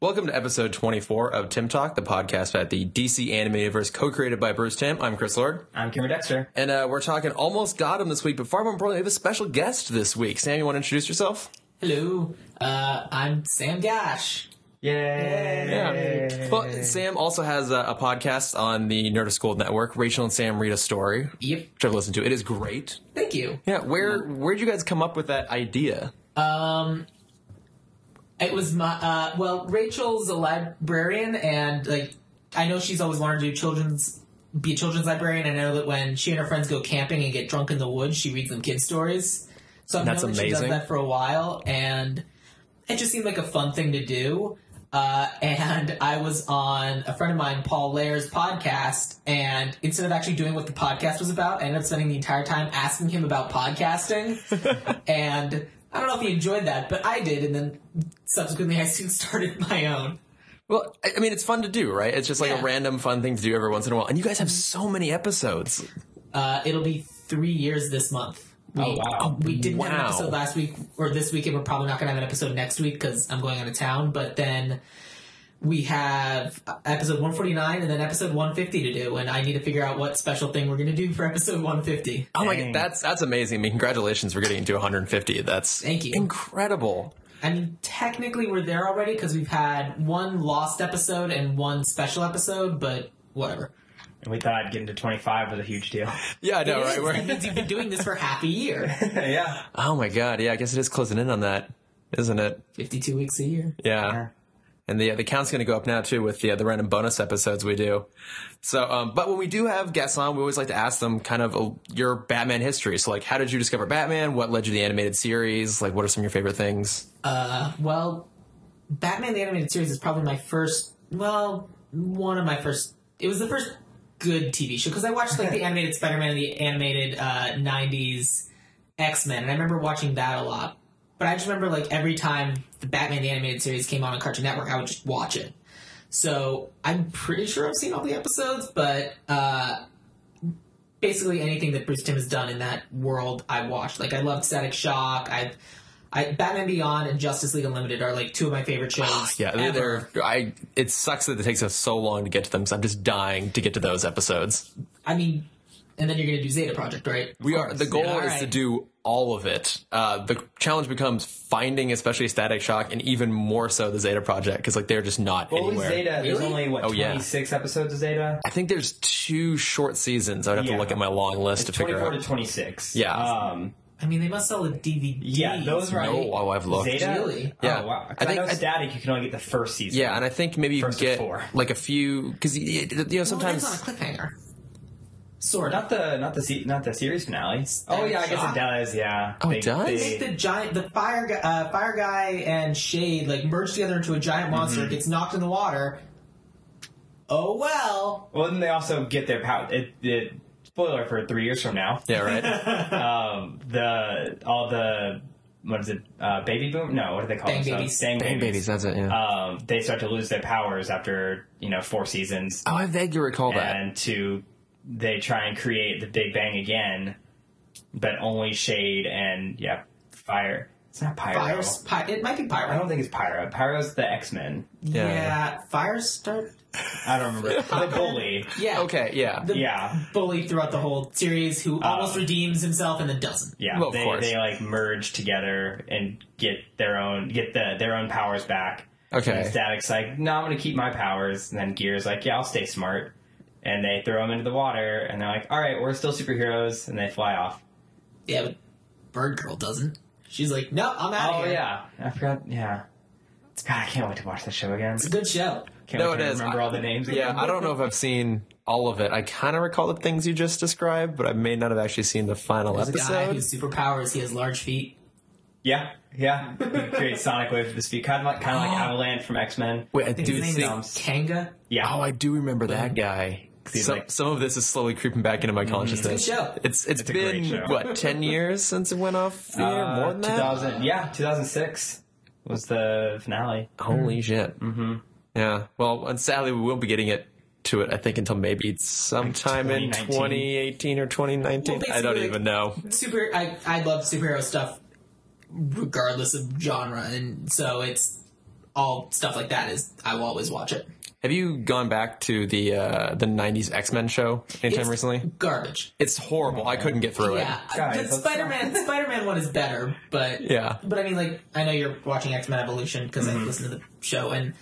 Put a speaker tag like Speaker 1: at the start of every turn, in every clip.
Speaker 1: Welcome to episode 24 of Tim Talk, the podcast at the DC Animativerse, co-created by Bruce Tim. I'm Chris Lord,
Speaker 2: I'm Kimmer Dexter.
Speaker 1: and uh, we're talking Almost Got Him this week, but far more importantly, we have a special guest this week. Sam, you want to introduce yourself?
Speaker 3: Hello, uh, I'm Sam Gash.
Speaker 2: Yay!
Speaker 1: Well, Sam also has a, a podcast on the Nerdist School Network, Rachel and Sam Read a Story, which
Speaker 3: Yep.
Speaker 1: I've listened to. It is great.
Speaker 3: Thank you.
Speaker 1: Yeah, where where'd you guys come up with that idea?
Speaker 3: Um, it was my uh, well, Rachel's a librarian, and like I know she's always wanted to do children's be a children's librarian. I know that when she and her friends go camping and get drunk in the woods, she reads them kids stories. So I've
Speaker 1: That's
Speaker 3: known that she does
Speaker 1: amazing.
Speaker 3: that for a while, and it just seemed like a fun thing to do. Uh, and I was on a friend of mine, Paul Lair's podcast, and instead of actually doing what the podcast was about, I ended up spending the entire time asking him about podcasting. and I don't know if he enjoyed that, but I did, and then subsequently I soon started my own.
Speaker 1: Well, I I mean, it's fun to do, right? It's just like a
Speaker 3: Yeah.
Speaker 1: random fun thing to do every once in a while. And you guys have so many episodes.
Speaker 3: Uh, it'll be three years this month. We, um,
Speaker 2: Oh, wow.
Speaker 3: We didn't have
Speaker 1: Wow.
Speaker 3: an episode last week or this week, and we're probably not going to have an episode next week because I'm going out of town. But then we have uh, episode 149 and then episode 150 to do, and I need to figure out what special thing we're going to do for episode 150.
Speaker 1: Oh my
Speaker 2: Dang.
Speaker 1: god, that's that's amazing. I mean, congratulations for getting to 150. That's
Speaker 3: Thank you.
Speaker 1: incredible.
Speaker 3: I mean, technically we're there already because we've had one lost episode and one special episode, but whatever.
Speaker 2: And we thought getting to 25 was a huge deal.
Speaker 1: Yeah, I know,
Speaker 3: It
Speaker 1: right?
Speaker 3: is. That
Speaker 1: We're-
Speaker 3: means you've been doing this for half a year,
Speaker 2: yeah.
Speaker 1: oh my god, yeah. I guess it is closing in on that, isn't it?
Speaker 3: 52 weeks a year.
Speaker 1: Yeah. And the the count's going to go up now too with the the random bonus episodes we do. So, um, but when we do have guests on, we always like to ask them kind of uh your Batman history. So, like, how did you discover Batman? What led you to the animated series? Like, what are some of your favorite things?
Speaker 3: Well, Batman the Animated Series is probably my first. Well, one of my first. It was the first good TV show because I watched like the animated Spider Man and the animated uh, '90s X Men, and I remember watching that a lot. But I just remember like every time the Batman the Animated Series came on on Cartoon Network, I would just watch it. So I'm pretty sure I've seen all the episodes, but uh, basically anything that Bruce Tim has done in that world, I watched. Like I loved Static Shock. I, I Batman Beyond and Justice League Unlimited are like two of my favorite shows.
Speaker 1: Yeah, they're,
Speaker 3: ever.
Speaker 1: they're I. It sucks that it takes us so long to get to them. So I'm just dying to get to those episodes.
Speaker 3: I mean, and then you're gonna do Zeta Project, right?
Speaker 1: We are. The goal
Speaker 3: Yeah, all
Speaker 1: is to
Speaker 3: right.
Speaker 1: do all of it. Uh, the challenge becomes finding, especially Static Shock, and even more so the Zeta Project, because like they're just not
Speaker 2: Only
Speaker 1: anywhere.
Speaker 2: Zeta, there's
Speaker 3: Really?
Speaker 2: only, what,
Speaker 1: Oh, yeah.
Speaker 2: 26 episodes of Zeta?
Speaker 1: I think there's two short seasons. I would have to
Speaker 2: Yeah.
Speaker 1: look at my long list to figure
Speaker 2: 24
Speaker 1: out.
Speaker 2: to 26.
Speaker 1: Yeah.
Speaker 2: Um,
Speaker 3: I mean, they must sell a DVD.
Speaker 2: yeah, those were.
Speaker 1: No, oh, I've looked.
Speaker 2: Zeta?
Speaker 3: Really?
Speaker 1: Yeah.
Speaker 2: Oh, wow. 'Cause
Speaker 1: I
Speaker 2: I,
Speaker 1: think-
Speaker 2: know
Speaker 1: I-
Speaker 2: Static, you can only get the first season.
Speaker 1: Yeah, and I think maybe you can
Speaker 2: First of
Speaker 1: get
Speaker 2: four.
Speaker 1: like a few because you know
Speaker 3: Well, it
Speaker 1: sometimes.
Speaker 3: ends on a cliffhanger. Sort of.
Speaker 2: Not the not the se- not the series finale. Oh
Speaker 3: Static
Speaker 2: yeah, I guess
Speaker 3: Shock?
Speaker 2: it does. Yeah.
Speaker 1: Oh, it does?
Speaker 3: I think the giant, the fire, gu- uh, fire guy and Shade like merge together into a giant monster. that Gets knocked in the water. Oh well.
Speaker 2: Well, then they also get their power. It, it, spoiler for three years from now.
Speaker 1: yeah, right.
Speaker 2: Um, the all the what is it? Uh, baby boom? No, what do they call
Speaker 3: Bang
Speaker 2: them?
Speaker 3: babies.
Speaker 2: Bang,
Speaker 1: Bang babies, Uh,
Speaker 2: babies.
Speaker 1: that's it. Yeah.
Speaker 2: Um, they start to lose their powers after you know four seasons,
Speaker 1: oh, I vaguely recall that.
Speaker 2: and to they try and create the Big Bang again, but only Shade and yeah, Fire. It's not Pyro.
Speaker 3: Fire's pi- it might be
Speaker 2: I
Speaker 3: Pyro.
Speaker 2: don't think it's Pyro. Pyro's the X Men.
Speaker 3: Yeah. Fire start.
Speaker 2: I don't remember. the bully.
Speaker 3: Yeah.
Speaker 1: Okay, yeah.
Speaker 3: The
Speaker 2: Yeah.
Speaker 3: bully throughout the whole series who almost redeems himself and then doesn't.
Speaker 2: Yeah,
Speaker 1: Well, of
Speaker 2: they,
Speaker 1: course.
Speaker 2: they like merge together and get their own get the their own powers back. And
Speaker 1: Okay.
Speaker 2: Static's like, no, I'm gonna keep my powers, and then Gear's like, yeah, I'll stay smart. And they throw him into the water, and they're like, all right, we're still superheroes, and they fly off.
Speaker 3: Yeah. But Bird Girl doesn't. She's like, no, I'm out
Speaker 2: Oh
Speaker 3: here.
Speaker 2: yeah, I forgot. Yeah, God, I can't wait to watch this show again.
Speaker 3: It's a good show.
Speaker 2: Can't
Speaker 1: No,
Speaker 2: wait
Speaker 1: it
Speaker 2: to
Speaker 1: is.
Speaker 2: Remember
Speaker 1: I-
Speaker 2: all the names.
Speaker 1: Yeah,
Speaker 2: again.
Speaker 1: I don't know if I've seen all of it. I kind of recall the things you just described, but I may not have actually seen the final
Speaker 3: There's a guy
Speaker 1: episode.
Speaker 3: whose superpower is he has large feet.
Speaker 2: Yeah, yeah. You create Sonic Wave for the speed, kind of like kind of like Avalanche from X Men.
Speaker 1: Wait, I
Speaker 3: I think
Speaker 1: do
Speaker 3: his
Speaker 1: think.
Speaker 3: name is Kanga.
Speaker 2: Yeah.
Speaker 1: Oh, I do remember that guy.
Speaker 2: he's
Speaker 1: Some,
Speaker 2: like-
Speaker 1: some of this is slowly creeping back into my consciousness.
Speaker 3: It's a good show.
Speaker 1: It's it's
Speaker 2: a great
Speaker 1: been
Speaker 2: show.
Speaker 1: what ten years since it went off the air.
Speaker 2: Uh,
Speaker 1: More than that.
Speaker 2: 2000, yeah, 2006 was the finale.
Speaker 1: Holy shit. Mm-hmm. Yeah. Well, and sadly, we won't be getting it to it. I think until maybe sometime in
Speaker 2: 2019.
Speaker 1: 2018 or 2019.
Speaker 3: Well,
Speaker 1: I don't
Speaker 3: basically-
Speaker 1: even know.
Speaker 3: super I, I love superhero stuff regardless of genre and so it's all stuff like that is I will always watch it.
Speaker 1: Have you gone back to the uh, the '90s X Men show anytime
Speaker 3: It's-
Speaker 1: recently?
Speaker 3: Garbage.
Speaker 1: It's horrible. I couldn't get through
Speaker 3: Yeah,
Speaker 2: Guys,
Speaker 3: the
Speaker 2: let's-
Speaker 3: Spider Man Spider Man one is better, but
Speaker 1: it. Yeah, Mm-hmm.
Speaker 3: but I mean, like I know you're watching X Men Evolution because I listened to the show, and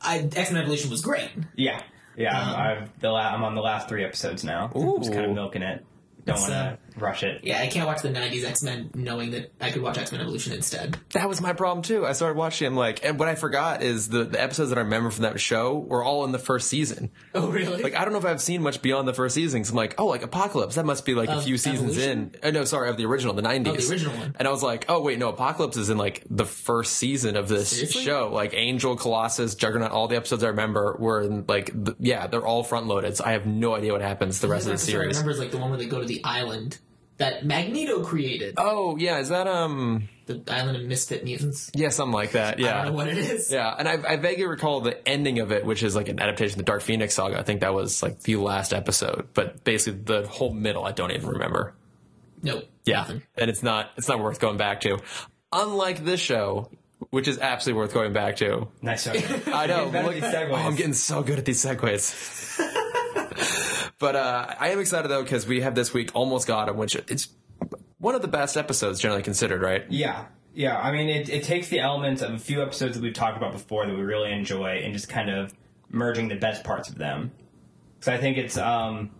Speaker 3: I X Men Evolution was great.
Speaker 2: Yeah, yeah. I'm-
Speaker 3: Um,
Speaker 2: I've the la- I'm on the last three episodes now. I'm just kind
Speaker 1: Ooh.
Speaker 2: of milking it. Don't
Speaker 3: It's,
Speaker 2: want to rush it.
Speaker 3: Yeah, I can't watch the '90s X Men knowing that I could watch X Men Evolution instead.
Speaker 1: that was my problem too. I started watching. I'm like, and what I forgot is the, the episodes that I remember from that show were all in the first season.
Speaker 3: Oh, really?
Speaker 1: Like, I don't know if I've seen much beyond the first season. Cause I'm like, oh, like Apocalypse. That must be like a
Speaker 3: Of
Speaker 1: few seasons
Speaker 3: Evolution?
Speaker 1: in. Uh, no, sorry, of the original, the '90s,
Speaker 3: Oh, the original one.
Speaker 1: And I was like, oh wait, no, Apocalypse is in like the first season of this
Speaker 3: Seriously?
Speaker 1: show. Like Angel, Colossus, Juggernaut. All the episodes I remember were in like, th- yeah, they're all front loaded. So I have no idea what happens the rest of the
Speaker 3: episode I
Speaker 1: series.
Speaker 3: remember is like the one where they go to the island that Magneto created,
Speaker 1: Oh yeah, is that um
Speaker 3: the island of misfit mutants.
Speaker 1: yeah something like that
Speaker 3: I
Speaker 1: yeah
Speaker 3: don't know what it is.
Speaker 1: yeah and I, I vaguely recall the ending of it which is like an adaptation of the Dark Phoenix saga I think that was like the last episode but basically the whole middle I don't even remember
Speaker 3: Nope.
Speaker 1: yeah
Speaker 2: Mm-hmm.
Speaker 3: Nothing.
Speaker 1: and it's not it's not worth going back to unlike this show which is absolutely worth going back to
Speaker 2: Nice. segue.
Speaker 1: I know.
Speaker 2: Getting better at these segues.
Speaker 1: oh, I'm getting so good at these segues. but uh, I am excited though because we have this week almost got him, which it's one of the best episodes generally considered, right?
Speaker 2: Yeah. Yeah, I mean, it, it takes the elements of a few episodes that we've talked about before that we really enjoy and just kind of merging the best parts of them. So I think it's, um,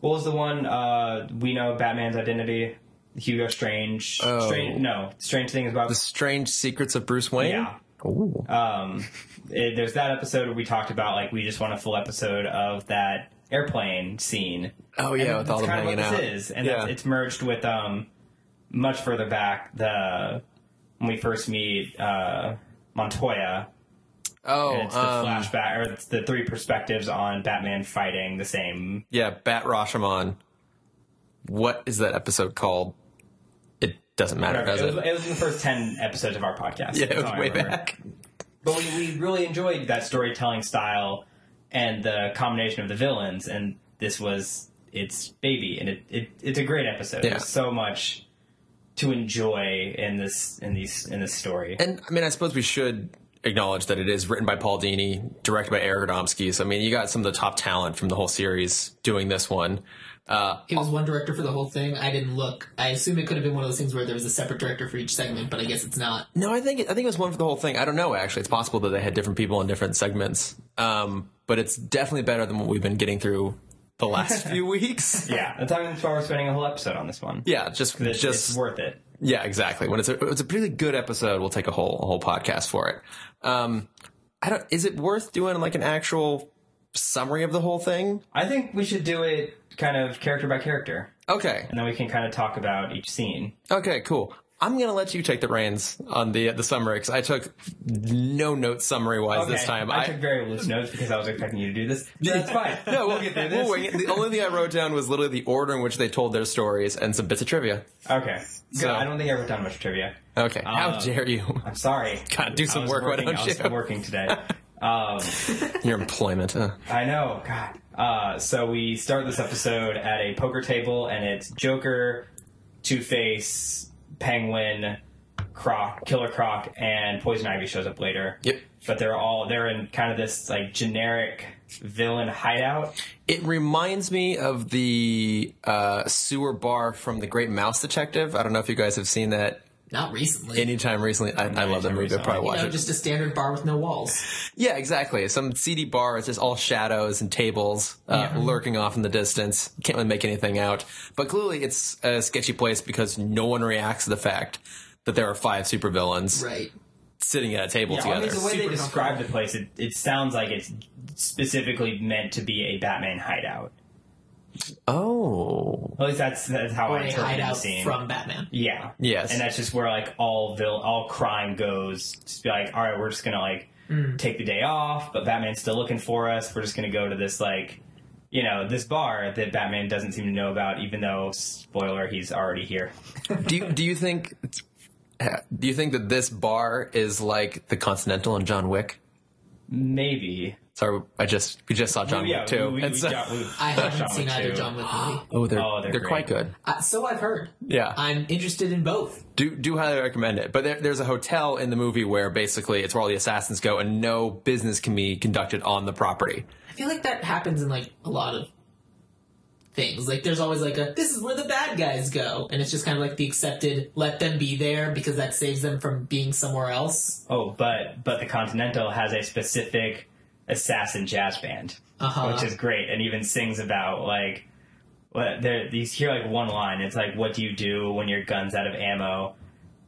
Speaker 2: what was the one, uh, we know Batman's identity, Hugo Strange,
Speaker 1: Oh.
Speaker 2: Strange, no, Strange Thing is about,
Speaker 1: The Strange Secrets of Bruce Wayne.
Speaker 2: yeah.
Speaker 1: Ooh.
Speaker 2: Um, it- there's that episode where we talked about, like, we just want a full episode of that airplane scene.
Speaker 1: oh yeah, with all
Speaker 2: That's
Speaker 1: them
Speaker 2: kind
Speaker 1: hanging
Speaker 2: of what
Speaker 1: out.
Speaker 2: this is, and
Speaker 1: yeah.
Speaker 2: that's, it's merged with um, much further back the when we first meet uh, Montoya.
Speaker 1: oh,
Speaker 2: And it's the
Speaker 1: um,
Speaker 2: flashback, or it's the three perspectives on Batman fighting the same.
Speaker 1: yeah, Bat Rashomon. What is that episode called? It doesn't matter,
Speaker 2: It was,
Speaker 1: does
Speaker 2: it
Speaker 1: it?
Speaker 2: was in the first ten episodes of our podcast.
Speaker 1: yeah,
Speaker 2: That's
Speaker 1: it was
Speaker 2: all I
Speaker 1: way
Speaker 2: remember.
Speaker 1: back.
Speaker 2: But we, we really enjoyed that storytelling style and the combination of the villains, and this was its baby, and it, it it's a great episode.
Speaker 1: Yeah.
Speaker 2: There's so much to enjoy in this in these in this story.
Speaker 1: And I mean, I suppose we should acknowledge that it is written by Paul Dini, directed by Eric Radomski. So I mean, you got some of the top talent from the whole series doing this one. Uh,
Speaker 3: It was one director for the whole thing. I didn't look. I assume it could have been one of those things where there was a separate director for each segment, but I guess it's not.
Speaker 1: no, I think I think it was one for the whole thing. I don't know actually. It's possible that they had different people in different segments, um, but it's definitely better than what we've been getting through the last few weeks.
Speaker 2: Yeah, that's why- that's why we're spending a whole episode on this one.
Speaker 1: Yeah, just
Speaker 2: It's,
Speaker 1: just
Speaker 2: it's worth it.
Speaker 1: Yeah, exactly. When it's a it's a pretty good episode, we'll take a whole a whole podcast for it. Um, I don't. Is it worth doing like an actual summary of the whole thing?
Speaker 2: I think we should do it kind of character by character,
Speaker 1: Okay,
Speaker 2: and then we can kind of talk about each scene.
Speaker 1: okay, cool. I'm gonna let you take the reins on the the summary because I took no notes summary wise this
Speaker 2: Okay,
Speaker 1: time.
Speaker 2: I, took very loose notes because I was expecting you to do this. But that's fine.
Speaker 1: no,
Speaker 2: we'll get through this.
Speaker 1: we'll wing it. The only thing I wrote down was literally the order in which they told their stories and some bits of trivia.
Speaker 2: Okay. Good.
Speaker 1: So-
Speaker 2: I don't think I ever done much trivia.
Speaker 1: Okay, how
Speaker 2: Uh,
Speaker 1: dare you?
Speaker 2: I'm sorry.
Speaker 1: God, do
Speaker 2: I
Speaker 1: some
Speaker 2: was
Speaker 1: work, why
Speaker 2: working,
Speaker 1: don't
Speaker 2: I was
Speaker 1: you?
Speaker 2: working today. Um,
Speaker 1: Your employment. Huh?
Speaker 2: I know. God. Uh, so we start this episode at a poker table, and it's Joker, Two Face, Penguin, Croc, Killer Croc, and Poison Ivy shows up later.
Speaker 1: Yep.
Speaker 2: But they're all they're in kind of this like generic villain hideout.
Speaker 1: It reminds me of the uh, sewer bar from The Great Mouse Detective. I don't know if you guys have seen that
Speaker 3: Not recently.
Speaker 1: anytime recently. I, I love that movie. I probably
Speaker 3: you
Speaker 1: watch
Speaker 3: know,
Speaker 1: it.
Speaker 3: just a standard bar with no walls.
Speaker 1: Yeah, exactly. Some seedy bar. It's just all shadows and tables uh,
Speaker 2: Mm-hmm.
Speaker 1: lurking off in the distance. Can't really make anything out. But clearly, it's a sketchy place because no one reacts to the fact that there are five supervillains
Speaker 3: Right.
Speaker 1: sitting at a table
Speaker 2: I mean,
Speaker 1: together.
Speaker 2: the way they
Speaker 3: Super
Speaker 2: describe the place, it, it sounds like it's specifically meant to be a Batman hideout.
Speaker 1: oh,
Speaker 2: At least that's that's how
Speaker 3: Or
Speaker 2: I
Speaker 3: a
Speaker 2: interpreted the
Speaker 3: hideout
Speaker 2: scene.
Speaker 3: from Batman.
Speaker 2: Yeah.
Speaker 1: Yes.
Speaker 2: And that's just where like all vil- all crime goes. Just be like, all right, we're just gonna like
Speaker 3: Mm.
Speaker 2: take the day off, but Batman's still looking for us. We're just gonna go to this like, you know, this bar that Batman doesn't seem to know about, even though spoiler, he's already here.
Speaker 1: do you, do you think do you think that this bar is like the Continental and John Wick?
Speaker 2: Maybe.
Speaker 1: Sorry, I just we just saw John
Speaker 2: yeah,
Speaker 1: Wick too.
Speaker 2: we, we,
Speaker 1: and
Speaker 2: we,
Speaker 1: so-
Speaker 2: got- we
Speaker 3: I
Speaker 2: got
Speaker 3: haven't
Speaker 2: John
Speaker 3: seen
Speaker 2: Wick
Speaker 3: either
Speaker 2: 2.
Speaker 3: John Wick movie.
Speaker 1: oh, they're
Speaker 2: Oh,
Speaker 1: they're,
Speaker 2: they're
Speaker 1: quite
Speaker 2: great.
Speaker 1: good.
Speaker 3: Uh, so I've heard.
Speaker 1: Yeah,
Speaker 3: I'm interested in both.
Speaker 1: do do highly recommend it. But there, there's a hotel in the movie where basically it's where all the assassins go, and no business can be conducted on the property.
Speaker 3: I feel like that happens in like a lot of things. Like there's always like a this is where the bad guys go, and it's just kind of like the accepted let them be there because that saves them from being somewhere else.
Speaker 2: Oh, but but the Continental has a specific assassin jazz band,
Speaker 3: Uh-huh.
Speaker 2: which is great, and even sings about like what there. You hear like one line. It's like, "What do you do when your gun's out of ammo?"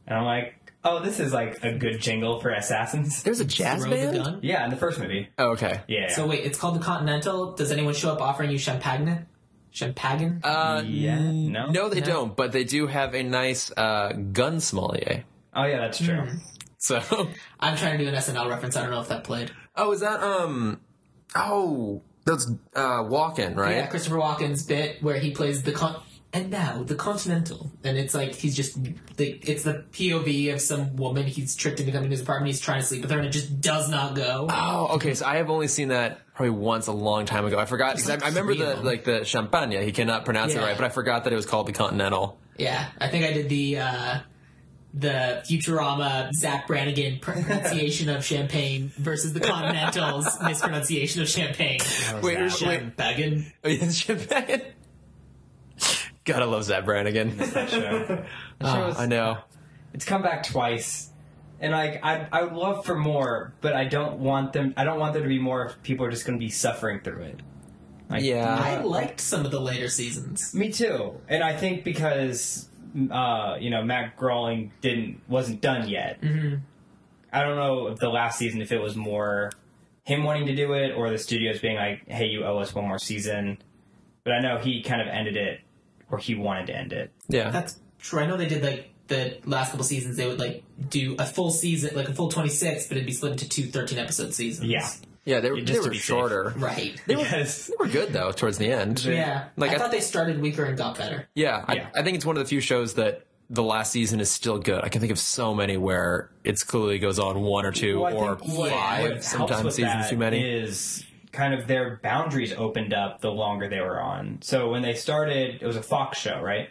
Speaker 2: And I'm like, "Oh, this is like a good jingle for assassins."
Speaker 1: There's a jazz
Speaker 3: Throw the gun.
Speaker 2: Yeah, in the first movie.
Speaker 1: Oh, okay.
Speaker 2: Yeah.
Speaker 3: So wait, it's called the Continental. Does anyone show up offering you champagne? Champagne?
Speaker 1: Uh,
Speaker 2: Yeah,
Speaker 1: n-
Speaker 2: no.
Speaker 1: no, they
Speaker 3: No.
Speaker 1: don't. But they do have a nice uh, gun sommelier.
Speaker 2: oh yeah, that's true.
Speaker 1: So,
Speaker 3: I'm trying to do an SNL reference. I don't know if that played.
Speaker 1: oh, is that um, oh, that's uh, walk-in, right?
Speaker 3: Yeah, Christopher Walken's bit where he plays the con. And now the Continental, and it's like he's just the, it's the POV of some woman he's tricked into coming to his apartment. He's trying to sleep with her, and it just does not go.
Speaker 1: Oh, okay. So I have only seen that probably once a long time ago. I forgot because I, I remember
Speaker 3: three of
Speaker 1: the
Speaker 3: them.
Speaker 1: like the champagne. He cannot pronounce it
Speaker 3: Yeah.
Speaker 1: right, but I forgot that it was called the Continental.
Speaker 3: Yeah, I think I did the uh, the Futurama Zach Brannigan pronunciation of champagne versus the Continental's mispronunciation of champagne.
Speaker 1: Wait,
Speaker 2: Zach.
Speaker 1: wait,
Speaker 3: Champagne.
Speaker 1: wait. it's champagne. Gotta love Zach Brannigan.
Speaker 2: That show.
Speaker 1: Oh, I know.
Speaker 2: it's come back twice and like I, I would love for more but i don't want them i don't want there to be more if people are just going to be suffering through it Like,
Speaker 1: Yeah.
Speaker 3: I liked some of the later seasons.
Speaker 2: me too and i think because uh, you know matt Groening didn't wasn't done yet mm-hmm. i don't know if the last season if it was more him wanting to do it or the studios being like hey you owe us one more season but i know he kind of ended it or he wanted to end it
Speaker 1: Yeah.
Speaker 3: That's true. I know they did like the last couple seasons. They would like do a full season, like a full twenty six, but it'd be split into two 13 episode seasons.
Speaker 2: yeah
Speaker 1: Yeah. They were,
Speaker 2: Just
Speaker 1: they
Speaker 2: to
Speaker 1: were
Speaker 2: be safe.
Speaker 1: shorter.
Speaker 3: right.
Speaker 1: They were,
Speaker 2: Yes.
Speaker 1: they were good though towards the end.
Speaker 3: Yeah,
Speaker 1: Like,
Speaker 3: I,
Speaker 1: I-
Speaker 3: thought they started weaker and got better.
Speaker 1: Yeah, I,
Speaker 2: Yeah.
Speaker 1: I think it's one of the few shows that the last season is still good. I can think of so many where it's clearly goes on one or two
Speaker 2: Well, I
Speaker 1: or
Speaker 2: think what- what
Speaker 1: five,
Speaker 2: helps
Speaker 1: sometimes
Speaker 2: with
Speaker 1: seasons
Speaker 2: that
Speaker 1: too many.
Speaker 2: Is kind of their boundaries opened up the longer they were on. So when they started, it was a Fox show, right?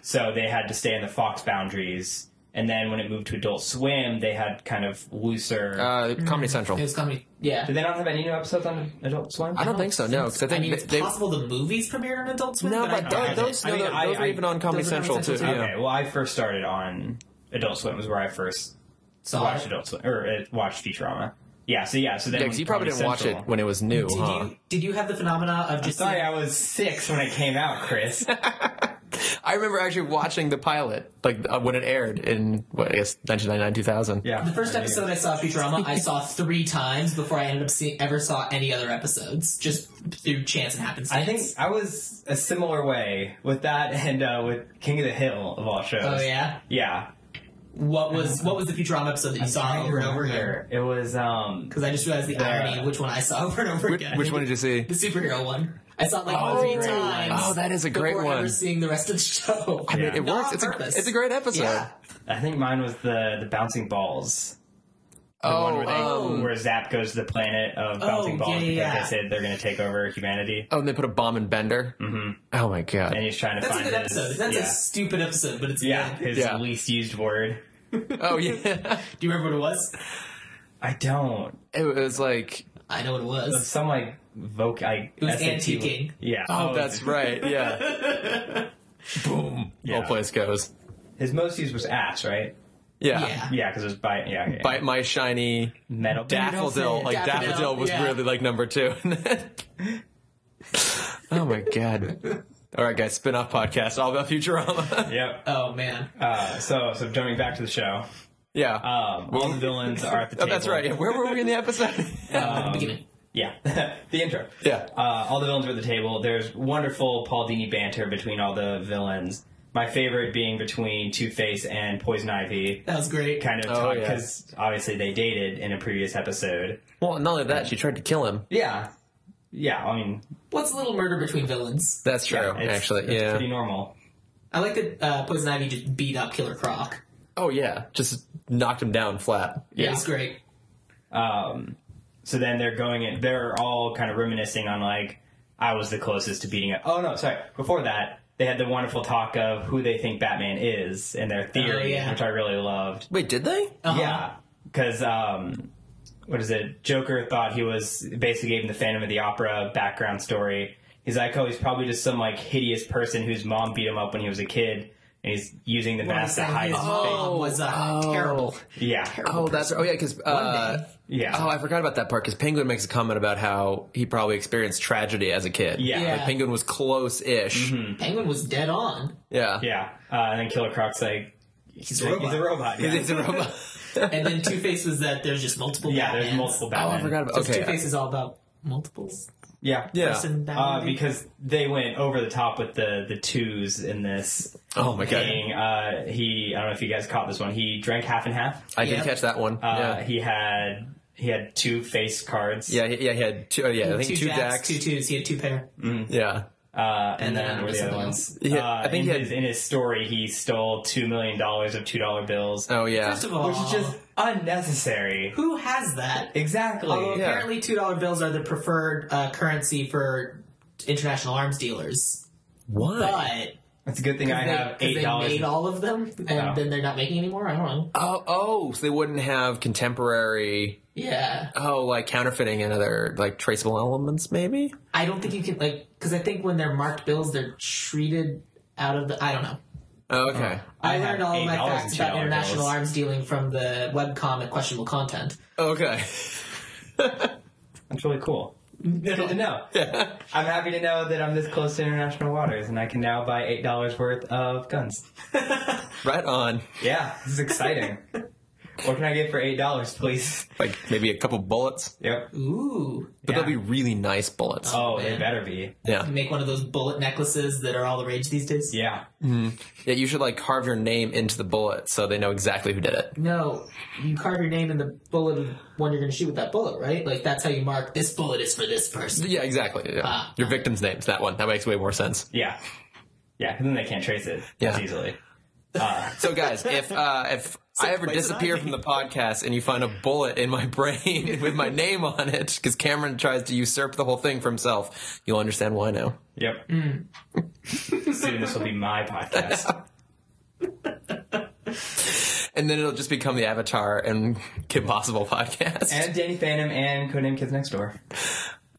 Speaker 2: So they had to stay in the Fox boundaries, and then when it moved to Adult Swim, they had kind of looser.
Speaker 1: Yeah, uh, Comedy Central.
Speaker 3: It was comedy. Yeah,
Speaker 2: Did they not have any new episodes on Adult Swim?
Speaker 1: I don't think so. No, because I
Speaker 3: I
Speaker 1: think
Speaker 3: mean, it's
Speaker 1: they, they-
Speaker 3: possible the movies premiered on Adult Swim.
Speaker 1: no,
Speaker 3: I
Speaker 1: but
Speaker 3: doubt
Speaker 1: tho-
Speaker 3: it.
Speaker 1: those,
Speaker 2: I
Speaker 1: no,
Speaker 2: mean,
Speaker 1: tho-
Speaker 2: I-
Speaker 1: those are
Speaker 2: I-
Speaker 1: even on Comedy
Speaker 3: those are on
Speaker 1: Central too.
Speaker 3: Central
Speaker 1: yeah.
Speaker 2: Okay, well, I first started on Adult Swim. Was where I first
Speaker 3: Saw
Speaker 2: watched
Speaker 3: it.
Speaker 2: Adult Swim or uh, watched Futurama. Yeah. So yeah. So then
Speaker 1: Yeah, 'cause you probably
Speaker 2: Comedy
Speaker 1: didn't watch it
Speaker 2: Central-
Speaker 1: when it was new,
Speaker 3: Did
Speaker 1: huh?
Speaker 3: you did you have the phenomena of just
Speaker 2: Sorry,
Speaker 3: seeing-
Speaker 2: I was six when it came out, Chris.
Speaker 1: I remember actually watching the pilot, like uh, when it aired in what I guess 1999, 2000.
Speaker 2: Yeah.
Speaker 3: the first episode I saw of Futurama? I saw three times before I ended up seeing ever saw any other episodes, just through chance and happenstance.
Speaker 2: I think I was a similar way with that and uh, with King of the Hill of all shows.
Speaker 3: Oh yeah.
Speaker 2: yeah.
Speaker 3: What was what was the Futurama episode that you saw
Speaker 2: I
Speaker 3: over and over again?
Speaker 2: remember. It was um.
Speaker 3: Because I just realized the
Speaker 2: The-
Speaker 3: irony of which one I saw over and over
Speaker 1: Which,
Speaker 3: again.
Speaker 1: which one did you see?
Speaker 3: The superhero one. I saw it like
Speaker 1: Oh,
Speaker 3: three
Speaker 1: great.
Speaker 3: times.
Speaker 1: Oh, that is a great
Speaker 3: before Ever
Speaker 1: one.
Speaker 3: seeing the rest of the show.
Speaker 1: I mean,
Speaker 2: Yeah.
Speaker 1: it
Speaker 3: Not
Speaker 1: works.
Speaker 3: on
Speaker 1: It's a,
Speaker 3: purpose.
Speaker 1: it's a great episode.
Speaker 3: Yeah.
Speaker 2: I think mine was the the bouncing balls. The
Speaker 1: Oh,
Speaker 2: one where, they,
Speaker 1: um,
Speaker 2: where Zap goes to the planet of bouncing
Speaker 3: Oh, yeah,
Speaker 2: balls because
Speaker 3: yeah, yeah.
Speaker 2: they said they're going to take over humanity,
Speaker 1: oh, and they put a bomb in Bender.
Speaker 2: Mm.
Speaker 1: Mm-hmm. Oh my god.
Speaker 2: and he's trying to
Speaker 3: That's a
Speaker 2: find
Speaker 3: good
Speaker 2: his
Speaker 3: episode. That's a
Speaker 2: yeah,
Speaker 3: stupid episode, but it's
Speaker 2: yeah
Speaker 3: good.
Speaker 2: his
Speaker 1: Yeah.
Speaker 2: least used word.
Speaker 1: Oh yeah.
Speaker 3: Do you remember what it was?
Speaker 2: I don't.
Speaker 1: It was like,
Speaker 3: I know what it was.
Speaker 2: Some like voc. I,
Speaker 3: It was
Speaker 2: SAT
Speaker 3: antiquing.
Speaker 2: Yeah.
Speaker 1: oh,
Speaker 2: it
Speaker 1: that's
Speaker 2: was-
Speaker 1: right. Yeah. Boom.
Speaker 2: Yeah.
Speaker 1: Whole place goes.
Speaker 2: His most used was ass, right?
Speaker 1: Yeah.
Speaker 3: Yeah.
Speaker 2: Yeah, because it was by yeah, yeah.
Speaker 1: Bite my shiny
Speaker 2: metal
Speaker 1: daffodil. Like daffodil,
Speaker 3: Daffodil,
Speaker 1: was
Speaker 3: yeah.
Speaker 1: really like number two. oh my god. All right, guys. Spin off podcast all about Futurama.
Speaker 2: Yep.
Speaker 3: Oh man.
Speaker 1: Um,
Speaker 2: Uh, so, so jumping back to the show,
Speaker 1: yeah.
Speaker 2: um, all the villains are at the
Speaker 1: oh,
Speaker 2: table.
Speaker 1: that's right. Where were we in the episode?
Speaker 3: Uh, the beginning.
Speaker 2: Yeah, the intro.
Speaker 1: yeah.
Speaker 2: Uh, all the villains are at the table. There's wonderful Paul Dini banter between all the villains. My favorite being between Two Face and Poison Ivy.
Speaker 3: That was great.
Speaker 2: Kind of
Speaker 1: Oh,
Speaker 2: talk
Speaker 1: yeah.
Speaker 2: because obviously they dated in a previous episode.
Speaker 1: Well, not only that, she tried to kill him.
Speaker 2: Yeah, yeah. I mean,
Speaker 3: What's a little murder between villains?
Speaker 1: That's true.
Speaker 2: yeah, it's,
Speaker 1: actually,
Speaker 2: it's
Speaker 1: yeah.
Speaker 2: pretty normal.
Speaker 3: I like that uh, Poison Ivy just beat up Killer Croc.
Speaker 1: Oh yeah, just knocked him down flat.
Speaker 3: Yeah. It was great.
Speaker 2: Um, So then they're going in. They're all kind of reminiscing on like I was the closest to beating up. Oh no, sorry. Before that, they had the wonderful talk of who they think Batman is and
Speaker 1: Oh,
Speaker 2: their theories,
Speaker 3: yeah.
Speaker 2: which I really loved.
Speaker 1: Wait, did they?
Speaker 3: Uh-huh.
Speaker 2: Yeah, because um, what is it? Joker thought he was basically gave him the Phantom of the Opera background story. He's like, oh, he's probably just some like hideous person whose mom beat him up when he was a kid, and he's using the mask to
Speaker 3: Saying
Speaker 2: hide
Speaker 3: his
Speaker 2: his
Speaker 3: mom was a
Speaker 1: Oh.
Speaker 3: terrible.
Speaker 2: face. Yeah,
Speaker 1: Oh, that's oh yeah, because uh,
Speaker 2: yeah.
Speaker 1: oh, I forgot about that part because Penguin makes a comment about how he probably experienced tragedy as a kid.
Speaker 2: Yeah.
Speaker 1: Like,
Speaker 3: Yeah.
Speaker 1: Penguin was close-ish.
Speaker 3: Penguin was dead on,
Speaker 1: Yeah,
Speaker 2: Yeah, uh, and then Killer Croc's like, he's
Speaker 3: a
Speaker 2: He's a robot. Yeah,
Speaker 1: He's a robot.
Speaker 3: and then Two Face was that there's just multiple.
Speaker 2: yeah there's
Speaker 3: Batmans.
Speaker 2: multiple
Speaker 1: oh,
Speaker 2: Batman.
Speaker 1: I forgot about.
Speaker 3: Two
Speaker 1: Okay,
Speaker 3: Face is all about multiples.
Speaker 2: Yeah,
Speaker 1: yeah.
Speaker 3: Person
Speaker 2: Uh,
Speaker 3: Batman.
Speaker 2: because they went over the top with the the twos in this
Speaker 1: Oh my god,
Speaker 2: thing. Uh, he, I don't know if you guys caught this one. He drank half and half.
Speaker 1: I did
Speaker 3: Yep.
Speaker 1: catch that one.
Speaker 2: Uh,
Speaker 1: yeah.
Speaker 2: He had he had two face cards.
Speaker 1: yeah, he- yeah, he had two. oh, yeah, I think
Speaker 3: two,
Speaker 1: two,
Speaker 3: jacks,
Speaker 1: jacks.
Speaker 3: two twos. He had two pair.
Speaker 1: Yeah,
Speaker 2: Uh, and,
Speaker 3: And
Speaker 2: then
Speaker 3: then
Speaker 2: what were the
Speaker 3: something
Speaker 2: other ones?
Speaker 1: else. Yeah,
Speaker 2: uh,
Speaker 1: I think
Speaker 2: in,
Speaker 1: he had-
Speaker 2: his, in his story, he stole two million dollars of two dollar bills,
Speaker 1: oh yeah.
Speaker 3: First of all,
Speaker 2: which is just unnecessary.
Speaker 3: who has that?
Speaker 2: Exactly.
Speaker 3: Although
Speaker 1: Oh. Yeah.
Speaker 3: apparently two dollar bills are the preferred uh, currency for international arms dealers,
Speaker 1: Why?
Speaker 3: but
Speaker 2: That's a good thing I
Speaker 3: they-
Speaker 2: have eight
Speaker 3: they
Speaker 2: dollars.
Speaker 3: made all of them, and
Speaker 2: Oh.
Speaker 3: then they're not making anymore. I don't know.
Speaker 1: Oh, oh, so they wouldn't have contemporary,
Speaker 3: Yeah,
Speaker 1: oh, like counterfeiting and other like traceable elements, maybe.
Speaker 3: I don't think you can like because I think when they're marked bills, they're treated out of the. I don't know.
Speaker 1: Okay.
Speaker 3: I,
Speaker 2: I have
Speaker 3: learned all of my
Speaker 2: $8
Speaker 3: facts
Speaker 2: in
Speaker 3: about
Speaker 2: $2
Speaker 3: international
Speaker 2: bills.
Speaker 3: arms dealing from the webcomic questionable content.
Speaker 1: Okay.
Speaker 2: That's really cool. Good to know. I'm happy to know that I'm this close to international waters, and I can now buy eight dollars worth of guns.
Speaker 1: right on.
Speaker 2: Yeah, this is exciting. what can I get for eight dollars, please?
Speaker 1: Like maybe a couple bullets,
Speaker 2: Yep.
Speaker 3: Ooh,
Speaker 1: but
Speaker 2: Yeah.
Speaker 1: they'll be really nice bullets.
Speaker 2: Oh,
Speaker 3: man.
Speaker 2: they better be.
Speaker 1: Yeah.
Speaker 3: make one of those bullet necklaces that are all the rage these days.
Speaker 2: Yeah.
Speaker 1: Yeah, you should like carve your name into the bullet so they know exactly who did it.
Speaker 3: No, you carve your name in the bullet of one you're going to shoot with that bullet, right? Like that's how you mark this bullet is for this person.
Speaker 1: Yeah, exactly. Yeah.
Speaker 3: Ah.
Speaker 1: Your victim's name's that one. That makes way more sense.
Speaker 2: Yeah. Yeah, 'cause then they can't trace it
Speaker 1: Yeah.
Speaker 2: as easily. Uh,
Speaker 1: So guys, if uh if I ever
Speaker 3: place an
Speaker 1: disappear
Speaker 3: eye.
Speaker 1: from the podcast and you find a bullet in my brain with my name on it, because Cameron tries to usurp the whole thing for himself, you'll understand why now.
Speaker 2: yep. Soon this will be my podcast.
Speaker 1: And then it'll just become the Avatar and Kim Possible podcast.
Speaker 2: and Danny Phantom and Codename Kids Next Door.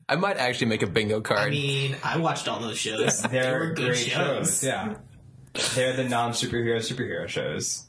Speaker 1: I might actually make a bingo card.
Speaker 3: I mean, I watched all those shows. They
Speaker 2: They're
Speaker 3: were good
Speaker 2: great shows. Yeah. They're the non superhero superhero shows.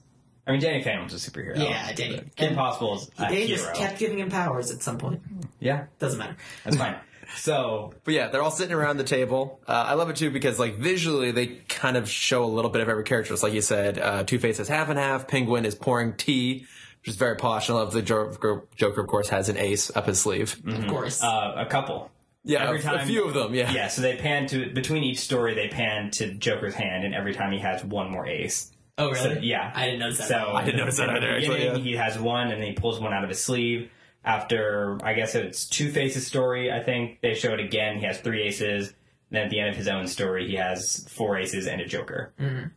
Speaker 2: I mean, Danny Phantom's a superhero.
Speaker 3: Yeah, Danny.
Speaker 2: Kim Possible is a
Speaker 3: They
Speaker 2: hero.
Speaker 3: just kept giving him powers at some point.
Speaker 2: yeah,
Speaker 3: Doesn't matter.
Speaker 2: that's fine. So,
Speaker 1: But yeah, they're all sitting around the table. Uh, I love it too because like visually they kind of show a little bit of every character. It's like you said, uh, Two Face is half and half. Penguin is pouring tea, which is very posh. And I love the Joker. Joker of course has an ace up his sleeve.
Speaker 3: Of course.
Speaker 2: uh, a couple.
Speaker 1: Yeah,
Speaker 2: Every
Speaker 1: a, a
Speaker 2: time-
Speaker 1: few of them. Yeah.
Speaker 2: Yeah, so they pan to, between each story, they pan to Joker's hand, and every time he has one more ace.
Speaker 3: oh, really?
Speaker 2: so, yeah.
Speaker 3: I didn't notice that.
Speaker 2: So I
Speaker 1: didn't notice that either, actually,
Speaker 2: He has one, and then he pulls one out of his sleeve. After I guess it's Two Faces story, I think they show it again. He has three aces. And then at the end of his own story, he has four aces and a Joker.
Speaker 1: Mm.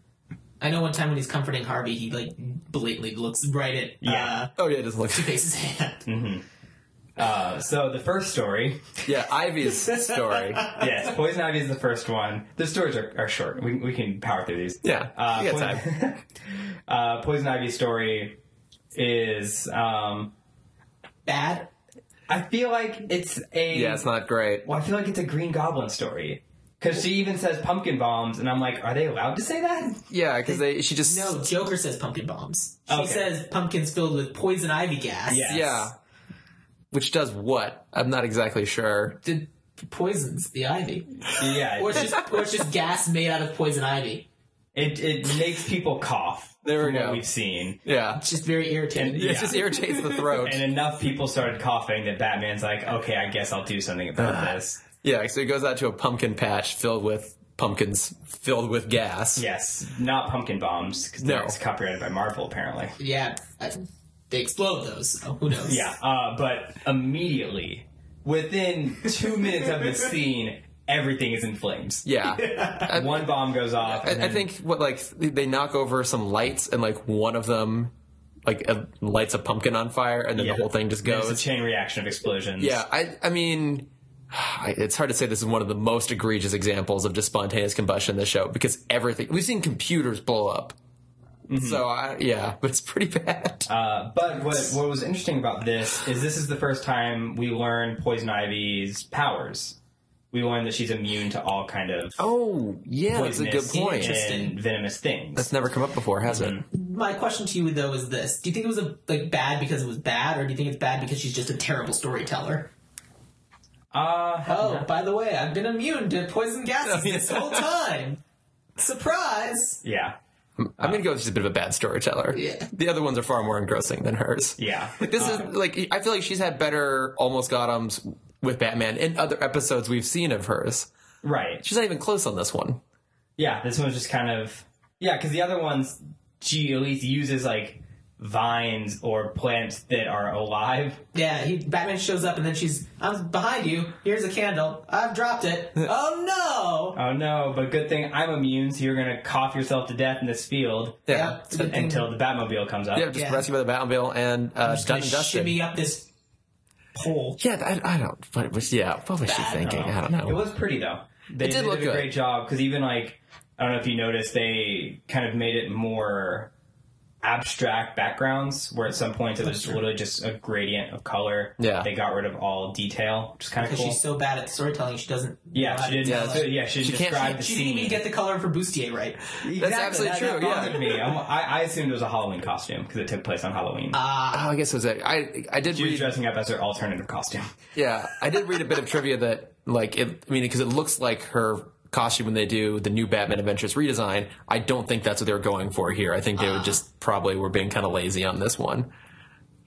Speaker 3: I know one time when he's comforting Harvey, he like blatantly looks right at
Speaker 2: Yeah.
Speaker 3: uh,
Speaker 1: Oh yeah, it doesn't look.
Speaker 3: Face's hand.
Speaker 2: Uh, so the first story,
Speaker 1: Yeah, Ivy's story.
Speaker 2: yes, Poison Ivy is the first one. The stories are, are short. We, we can power through these.
Speaker 1: Yeah,
Speaker 2: Uh,
Speaker 1: we got
Speaker 2: Poison,
Speaker 1: time.
Speaker 2: uh, Poison Ivy's story is. Um,
Speaker 3: Bad.
Speaker 2: I feel like it's a.
Speaker 1: Yeah, it's not great.
Speaker 2: Well, I feel like it's a Green Goblin story. Because she even says pumpkin bombs, and I'm like, are they allowed to say that?
Speaker 1: Yeah, because they she just
Speaker 3: No, Joker says pumpkin bombs. She
Speaker 2: Okay.
Speaker 3: says pumpkins filled with poison ivy gas.
Speaker 2: Yeah.
Speaker 1: yeah, which does what? I'm not exactly sure.
Speaker 3: Did poisons the ivy.
Speaker 2: Yeah,
Speaker 3: Or it's
Speaker 2: it,
Speaker 3: just, or it's just gas made out of poison ivy.
Speaker 2: it, it makes people cough.
Speaker 1: There we
Speaker 2: from
Speaker 1: go.
Speaker 2: What we've seen,
Speaker 1: Yeah,
Speaker 3: It's just very irritating.
Speaker 2: And-
Speaker 1: it
Speaker 2: Yeah.
Speaker 1: just irritates the throat.
Speaker 2: and enough people started coughing that Batman's like, okay, I guess I'll do something about this.
Speaker 1: Yeah, so he goes out to a pumpkin patch filled with pumpkins filled with gas.
Speaker 2: Yes, not pumpkin bombs because
Speaker 1: No.
Speaker 2: it's copyrighted by Marvel apparently.
Speaker 3: Yeah, I, they explode those. So who knows?
Speaker 2: Yeah, uh, but immediately, within two minutes of the scene, everything is in flames.
Speaker 1: Yeah.
Speaker 2: One bomb goes off.
Speaker 1: I,
Speaker 2: And
Speaker 1: I
Speaker 2: then
Speaker 1: think what like they knock over some lights and like one of them like uh, lights a pumpkin on fire and then
Speaker 2: Yeah.
Speaker 1: the whole thing just
Speaker 2: It's a
Speaker 1: goes.
Speaker 2: chain reaction of explosions.
Speaker 1: Yeah, I I mean, I- it's hard to say this is one of the most egregious examples of just spontaneous combustion in the show because everything we've seen computers blow up. So I, yeah, but it's pretty bad.
Speaker 2: Uh, but what what was interesting about this is this is the first time we learn Poison Ivy's powers. We learn that she's immune to all kind of
Speaker 1: oh yeah, that's a good
Speaker 2: poisonous
Speaker 1: point.
Speaker 2: and venomous things.
Speaker 1: That's never come up before, has it?
Speaker 3: My question to you though is this: Do you think it was a, like bad because it was bad, or do you think it's bad because she's just a terrible storyteller?
Speaker 2: uh,
Speaker 3: Oh, by the way, I've been immune to poison
Speaker 2: Oh,
Speaker 3: gases this whole time. Surprise!
Speaker 2: yeah,
Speaker 1: I'm gonna go with she's a bit of a bad storyteller.
Speaker 3: Yeah.
Speaker 1: The other ones are far more engrossing than hers.
Speaker 2: yeah.
Speaker 1: Like this is like I feel like she's had better almost Gotham's with Batman in other episodes we've seen of hers.
Speaker 2: right.
Speaker 1: She's not even close on this one.
Speaker 2: Yeah, this one's just kind of yeah, because the other ones she at least uses like vines or plants that are alive.
Speaker 3: Yeah, he, Batman shows up and then she's, I'm behind you. Here's a candle. I've dropped it. oh no!
Speaker 2: Oh no! But good thing I'm immune, so you're gonna cough yourself to death in this field
Speaker 3: Yeah, it's a good thing.
Speaker 2: until the Batmobile comes up.
Speaker 1: Yeah, just
Speaker 3: Yeah.
Speaker 1: rescued by the Batmobile and uh, done
Speaker 3: Gonna
Speaker 1: and dusted.
Speaker 3: shimmy up this pole.
Speaker 1: Yeah, I, I don't. But it was yeah. What was she thinking? I don't know.
Speaker 2: It was pretty though. They,
Speaker 1: It did
Speaker 2: they
Speaker 1: look
Speaker 2: a
Speaker 1: good.
Speaker 2: great job because even like I don't know if you noticed, they kind of made it more abstract backgrounds where at some point it was literally just a gradient of color.
Speaker 1: Yeah.
Speaker 2: they got rid of all detail, which is kind of
Speaker 3: Because
Speaker 2: cool.
Speaker 3: she's so bad at storytelling, she doesn't.
Speaker 2: yeah, she didn't.
Speaker 1: Yeah,
Speaker 2: Yeah, yeah she didn't
Speaker 1: she can't-
Speaker 2: describe the
Speaker 3: She
Speaker 2: scene.
Speaker 3: didn't even get the color for Bustier right.
Speaker 2: Exactly,
Speaker 1: absolutely
Speaker 2: that- that
Speaker 1: true, yeah.
Speaker 2: bothered me. I'm- I, I assumed it was a Halloween costume because it took place on Halloween.
Speaker 3: Ah,
Speaker 1: Oh, I guess it was that. I I did
Speaker 2: she was
Speaker 1: read.
Speaker 2: dressing up as her alternative costume.
Speaker 1: Yeah, I did read a bit of trivia that like it. I mean, because it looks like her costume when they do the new Batman Adventures redesign. I don't think that's what they were going for here. I think they would just probably were being kind of lazy on this one,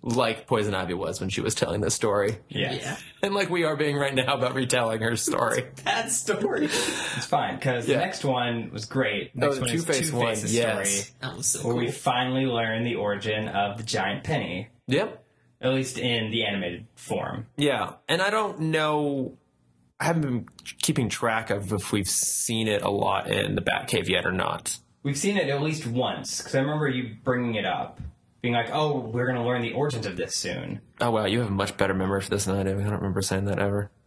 Speaker 1: like Poison Ivy was when she was telling this story,
Speaker 2: Yeah,
Speaker 3: Yeah.
Speaker 1: and like we are being right now about retelling her story.
Speaker 3: Bad story.
Speaker 2: it's fine because
Speaker 1: Yeah.
Speaker 2: the next one was great. Next
Speaker 1: the
Speaker 2: one is
Speaker 1: Two-Face
Speaker 2: Two-Face's
Speaker 1: one, yes.
Speaker 2: story.
Speaker 3: That was so
Speaker 2: where we
Speaker 3: cool.
Speaker 2: finally learn the origin of the giant penny,
Speaker 1: Yep.
Speaker 2: at least in the animated form.
Speaker 1: Yeah, and I don't know. I haven't been keeping track of if we've seen it a lot in the Batcave yet or not.
Speaker 2: We've seen it at least once because I remember you bringing it up, being like, "Oh, we're going to learn the origins of this soon."
Speaker 1: Oh wow, you have a much better memory for this than I do. I don't remember saying that ever.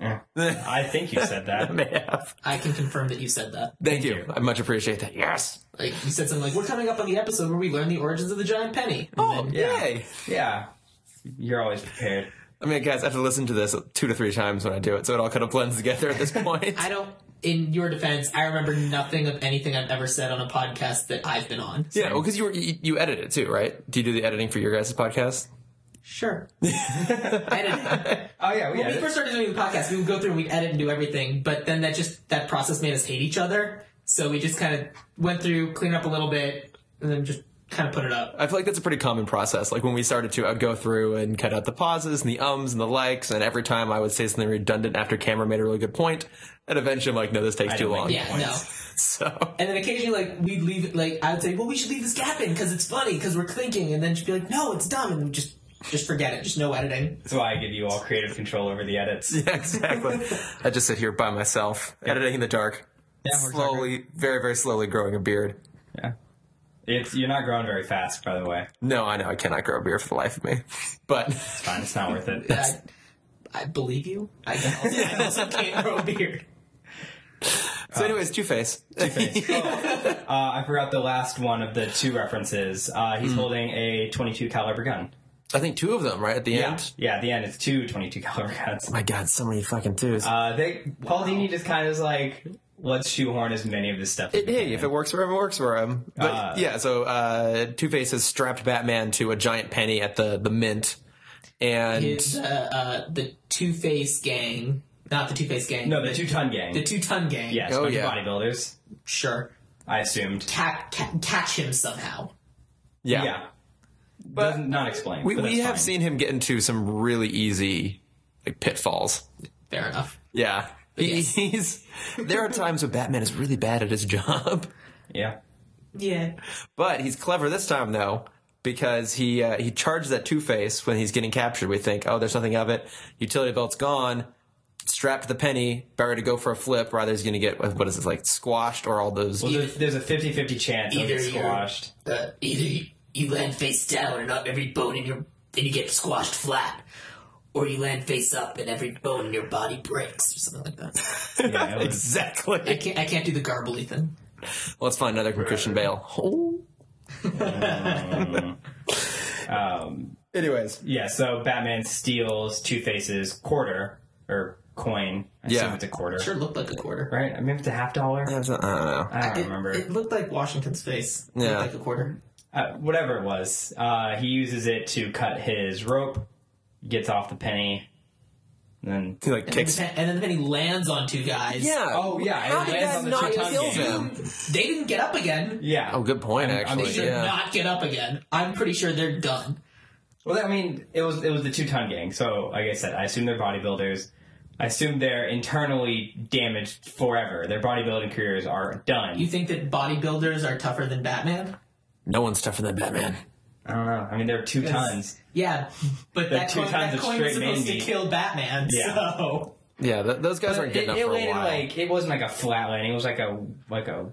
Speaker 2: Eh. I think you said that.
Speaker 1: May have.
Speaker 3: I can confirm that you said that.
Speaker 1: Thank, you. I much appreciate that. Yes.
Speaker 3: Like you said something like, "We're coming up on the episode where we learn the origins of the giant penny."
Speaker 1: Oh,
Speaker 2: yeah.
Speaker 1: yay.
Speaker 2: Yeah, you're always prepared.
Speaker 1: I mean, guys, I have to listen to this two to three times when I do it, so it all kind of blends together at this point.
Speaker 3: I don't. In your defense, I remember nothing of anything I've ever said on a podcast that I've been on.
Speaker 1: yeah, well, because you, were- you you edit it too, right? Do you do the editing for your guys' podcast?
Speaker 3: Sure. I didn't.
Speaker 2: Oh yeah, we
Speaker 3: When we
Speaker 2: had it.
Speaker 3: first started doing the podcast, we would go through and we'd edit and do everything, but then that just that process made us hate each other. So we just kind of went through, cleaned up a little bit, and then just kind of put it up.
Speaker 1: I feel like that's a pretty common process. Like when we started to, I'd go through and cut out the pauses and the ums and the likes, and every time I would say something redundant after camera made a really good point, and eventually I'm like, no, this takes too
Speaker 2: don't
Speaker 1: long.
Speaker 2: like
Speaker 3: Yeah, no.
Speaker 1: So
Speaker 3: And then occasionally, like we'd leave, like I would say, "Well, we should leave this gap in because it's funny because we're thinking," and then she'd be like, "No, it's dumb," and we just just forget it, just no editing.
Speaker 2: That's why I give you all creative control over the edits.
Speaker 1: yeah, exactly. I just sit here by myself, editing in the dark, slowly, very, very slowly growing a beard.
Speaker 2: Yeah. It's you're not growing very fast, by the way.
Speaker 1: No, I know I cannot grow a beard for the life of me, but
Speaker 2: It's fine. It's not worth it.
Speaker 3: I, I believe you. I also, I also can't grow a beard.
Speaker 2: Oh.
Speaker 1: so anyways, Two Face.
Speaker 2: Uh, I forgot the last one of the two references. Uh, he's holding a 22 caliber gun.
Speaker 1: I think two of them, right at the end.
Speaker 2: Yeah, at the end, it's two 22 caliber guns.
Speaker 1: My God, so many fucking twos.
Speaker 2: Uh, they Paulini just kind of is like, let's shoehorn as many of this stuff. as we
Speaker 1: hey,
Speaker 2: can.
Speaker 1: if it works for him, it works for him. But
Speaker 2: Uh,
Speaker 1: yeah, so uh, Two Face has strapped Batman to a giant penny at the the mint, and
Speaker 3: Is uh, uh, the Two Face gang, not the Two Face gang,
Speaker 2: no, the two ton gang.
Speaker 3: the Two Ton gang.
Speaker 2: yes,
Speaker 1: Oh,
Speaker 2: bunch of
Speaker 1: yeah.
Speaker 2: bodybuilders.
Speaker 3: sure.
Speaker 2: I assumed.
Speaker 3: Ca- ca- catch him somehow.
Speaker 1: yeah,
Speaker 2: Yeah, but not explained.
Speaker 1: we
Speaker 2: but that's
Speaker 1: we have
Speaker 2: fine.
Speaker 1: seen him get into some really easy like pitfalls.
Speaker 3: Fair enough.
Speaker 1: Yeah, He-
Speaker 3: Yes.
Speaker 1: he's there are times when Batman is really bad at his job,
Speaker 2: Yeah,
Speaker 3: Yeah.
Speaker 1: but he's clever this time though. Because he uh, he charges that Two Face when he's getting captured. We think, oh, there's nothing of it. Utility belt's gone. Strapped to the penny, Barry to go for a flip. Rather, he's going to get what is it like squashed or all those
Speaker 2: well, there's, there's a 50-50 chance of
Speaker 3: Either
Speaker 2: it
Speaker 3: you're-
Speaker 2: squashed.
Speaker 3: Uh, either
Speaker 4: you land face down and up every bone in your and you get squashed flat. Or you land face up and every bone in your body breaks or something like that.
Speaker 2: Yeah, it was,
Speaker 1: Exactly.
Speaker 3: I can't. I can't do the garbly thing.
Speaker 1: Let's find another Christian Bale. Oh.
Speaker 2: um,
Speaker 1: Anyways,
Speaker 2: yeah, so Batman steals Two Face's quarter or coin. I assume
Speaker 1: Yeah.
Speaker 2: it's a quarter,
Speaker 3: Sure, looked like a quarter.
Speaker 2: right? Maybe it's a half dollar.
Speaker 1: I don't know.
Speaker 2: I don't
Speaker 3: It,
Speaker 2: remember.
Speaker 3: it looked like Washington's face. It
Speaker 1: Yeah.
Speaker 3: looked like a quarter.
Speaker 2: uh, whatever it was, uh, he uses it to cut his rope, gets off the penny, and then
Speaker 1: He like
Speaker 3: And then, the
Speaker 1: kicks.
Speaker 3: pen, and then the penny lands on two guys.
Speaker 1: Yeah.
Speaker 2: Oh, yeah, it
Speaker 1: How did
Speaker 2: lands
Speaker 1: that
Speaker 2: on the
Speaker 1: not
Speaker 2: Chitang
Speaker 1: kill
Speaker 2: game.
Speaker 1: them?
Speaker 3: They didn't get up again.
Speaker 2: yeah.
Speaker 1: Oh, good point.
Speaker 2: I'm- I'm
Speaker 1: Actually,
Speaker 3: They should
Speaker 1: yeah.
Speaker 3: not get up again. I'm pretty sure they're done.
Speaker 2: Well, I mean, it was it was the two ton gang. So, like I said, I assume they're bodybuilders. I assume they're internally damaged forever. Their bodybuilding careers are done.
Speaker 3: You think that bodybuilders are tougher than Batman?
Speaker 1: no one's tougher than Batman.
Speaker 2: I don't know. I mean, they're two tons.
Speaker 3: Yeah, but
Speaker 2: The
Speaker 3: that
Speaker 2: two
Speaker 3: coin,
Speaker 2: times
Speaker 3: that
Speaker 2: of
Speaker 3: coin was
Speaker 2: straight
Speaker 3: supposed to
Speaker 2: Mandy.
Speaker 3: kill Batman.
Speaker 2: Yeah.
Speaker 3: So
Speaker 1: Yeah, th- those guys aren't
Speaker 2: It,
Speaker 1: getting up
Speaker 2: it
Speaker 1: for a
Speaker 2: landed
Speaker 1: while.
Speaker 2: like it wasn't like a flat landing. It was like a like a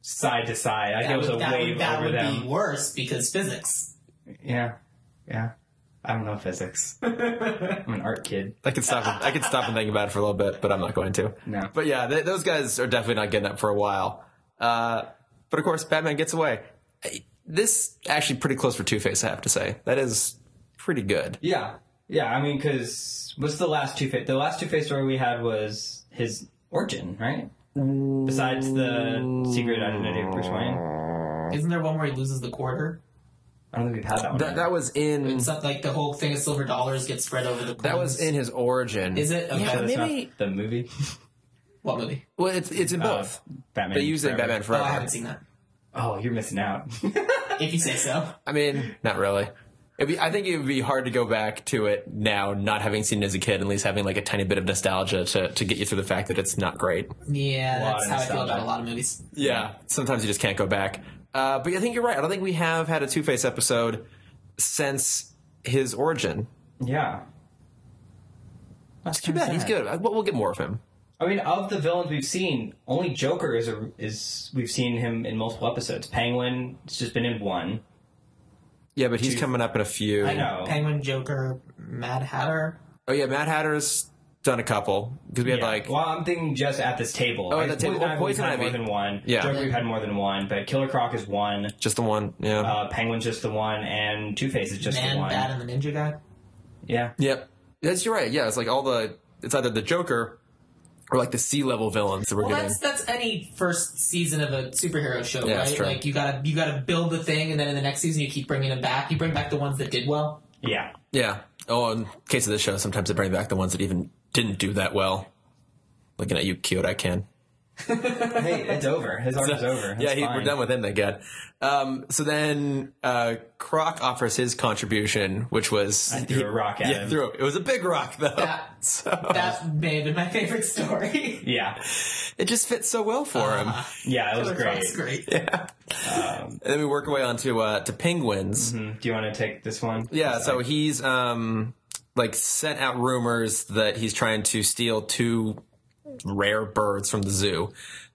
Speaker 2: side to side. Like
Speaker 3: that
Speaker 2: it was
Speaker 3: would,
Speaker 2: a
Speaker 3: that
Speaker 2: wave
Speaker 3: would, that
Speaker 2: over
Speaker 3: would
Speaker 2: them.
Speaker 3: be worse because physics.
Speaker 2: Yeah, yeah. I don't know physics. I'm an art kid.
Speaker 1: I could stop. And, I could stop and think about it for a little bit, but I'm not going to.
Speaker 2: No.
Speaker 1: But yeah, th- those guys are definitely not getting up for a while. Uh, but of course, Batman gets away. I- This actually pretty close for Two Face. I have to say that is pretty good.
Speaker 2: Yeah, yeah. I mean, because what's the last two face? The last two face story we had was his origin, right? Besides the secret identity of Bruce Wayne,
Speaker 3: Isn't there one where he loses the quarter?
Speaker 2: I don't think we've had that one.
Speaker 1: That, that was in.
Speaker 3: It's not like the whole thing of silver dollars gets spread over the.
Speaker 1: Hmm. That was
Speaker 3: coins.
Speaker 1: in his origin.
Speaker 3: Is it? Okay.
Speaker 1: Yeah,
Speaker 2: That's not
Speaker 1: maybe.
Speaker 2: the movie.
Speaker 3: What movie?
Speaker 1: Well, it's it's in
Speaker 2: Uh,
Speaker 1: both.
Speaker 2: Batman.
Speaker 1: they use it in Batman
Speaker 2: Forever.
Speaker 3: Oh, I
Speaker 1: Forever.
Speaker 3: haven't seen that.
Speaker 2: Oh, you're missing out.
Speaker 3: If you say so.
Speaker 1: I mean, not really. It'd be, I think it would be hard to go back to it now, not having seen it as a kid, at least having like a tiny bit of nostalgia to, to get you through the fact that it's not great.
Speaker 3: Yeah,
Speaker 2: Lot
Speaker 3: that's
Speaker 2: of
Speaker 3: how I feel
Speaker 2: nostalgia.
Speaker 3: about a lot of movies.
Speaker 1: Yeah, sometimes you just can't go back. Uh, but I think you're right. I don't think we have had a Two Face episode since his origin.
Speaker 2: yeah. That's
Speaker 1: Too bad. He's good. I- We'll we'll get more of him.
Speaker 2: I mean, of the villains we've seen, only Joker is a, is we've seen him in multiple episodes. Penguin has just been in one.
Speaker 1: Yeah, but he's
Speaker 2: Two-
Speaker 1: coming up in a few.
Speaker 2: I know.
Speaker 3: Penguin, Joker, Mad Hatter.
Speaker 1: Oh yeah, Mad Hatter's done a couple because we had
Speaker 2: Yeah.
Speaker 1: like
Speaker 2: well, I'm thinking just at this table.
Speaker 1: Oh,
Speaker 2: I-
Speaker 1: at the table.
Speaker 2: Poison,
Speaker 1: Poison
Speaker 2: Ivy. we've
Speaker 1: Ivy.
Speaker 2: had more than one.
Speaker 1: Yeah.
Speaker 2: Joker, we've had more than one, but Killer Croc is one.
Speaker 1: just the one. Yeah.
Speaker 2: Uh, Penguin's just the one, and Two Face is just the
Speaker 3: Man,
Speaker 2: one.
Speaker 3: Bat, and the Ninja Guy.
Speaker 2: Yeah,
Speaker 1: yep. That's you're right. Yeah, it's like all the it's either the Joker or like the C level villains that we're
Speaker 3: Well,
Speaker 1: getting.
Speaker 3: that's that's any first season of a superhero show,
Speaker 1: Yeah,
Speaker 3: right?
Speaker 1: that's true.
Speaker 3: Like you gotta you gotta build the thing, and then in the next season you keep bringing them back. You bring back the ones that did well.
Speaker 2: yeah.
Speaker 1: Yeah. Oh, in case of this show, sometimes they bring back the ones that even didn't do that well. Looking at you, cute. I can.
Speaker 2: hey, it's over. His arc is over. It's
Speaker 1: yeah, he, we're
Speaker 2: fine.
Speaker 1: done with him again. Um, so then uh, Croc offers his contribution, which was
Speaker 2: I threw a rock at
Speaker 1: yeah,
Speaker 2: him.
Speaker 1: threw it. It was a big rock though.
Speaker 3: That-
Speaker 1: Oh. so
Speaker 3: That may have been my favorite story.
Speaker 2: Yeah,
Speaker 1: it just fits so well for him.
Speaker 2: Ah. yeah. It was great.
Speaker 3: That's great.
Speaker 1: And then we work our way onto uh, to penguins.
Speaker 2: Mm, Do you want to take this one?
Speaker 1: Yeah, so he's um like sent out rumors that he's trying to steal two rare birds from the zoo.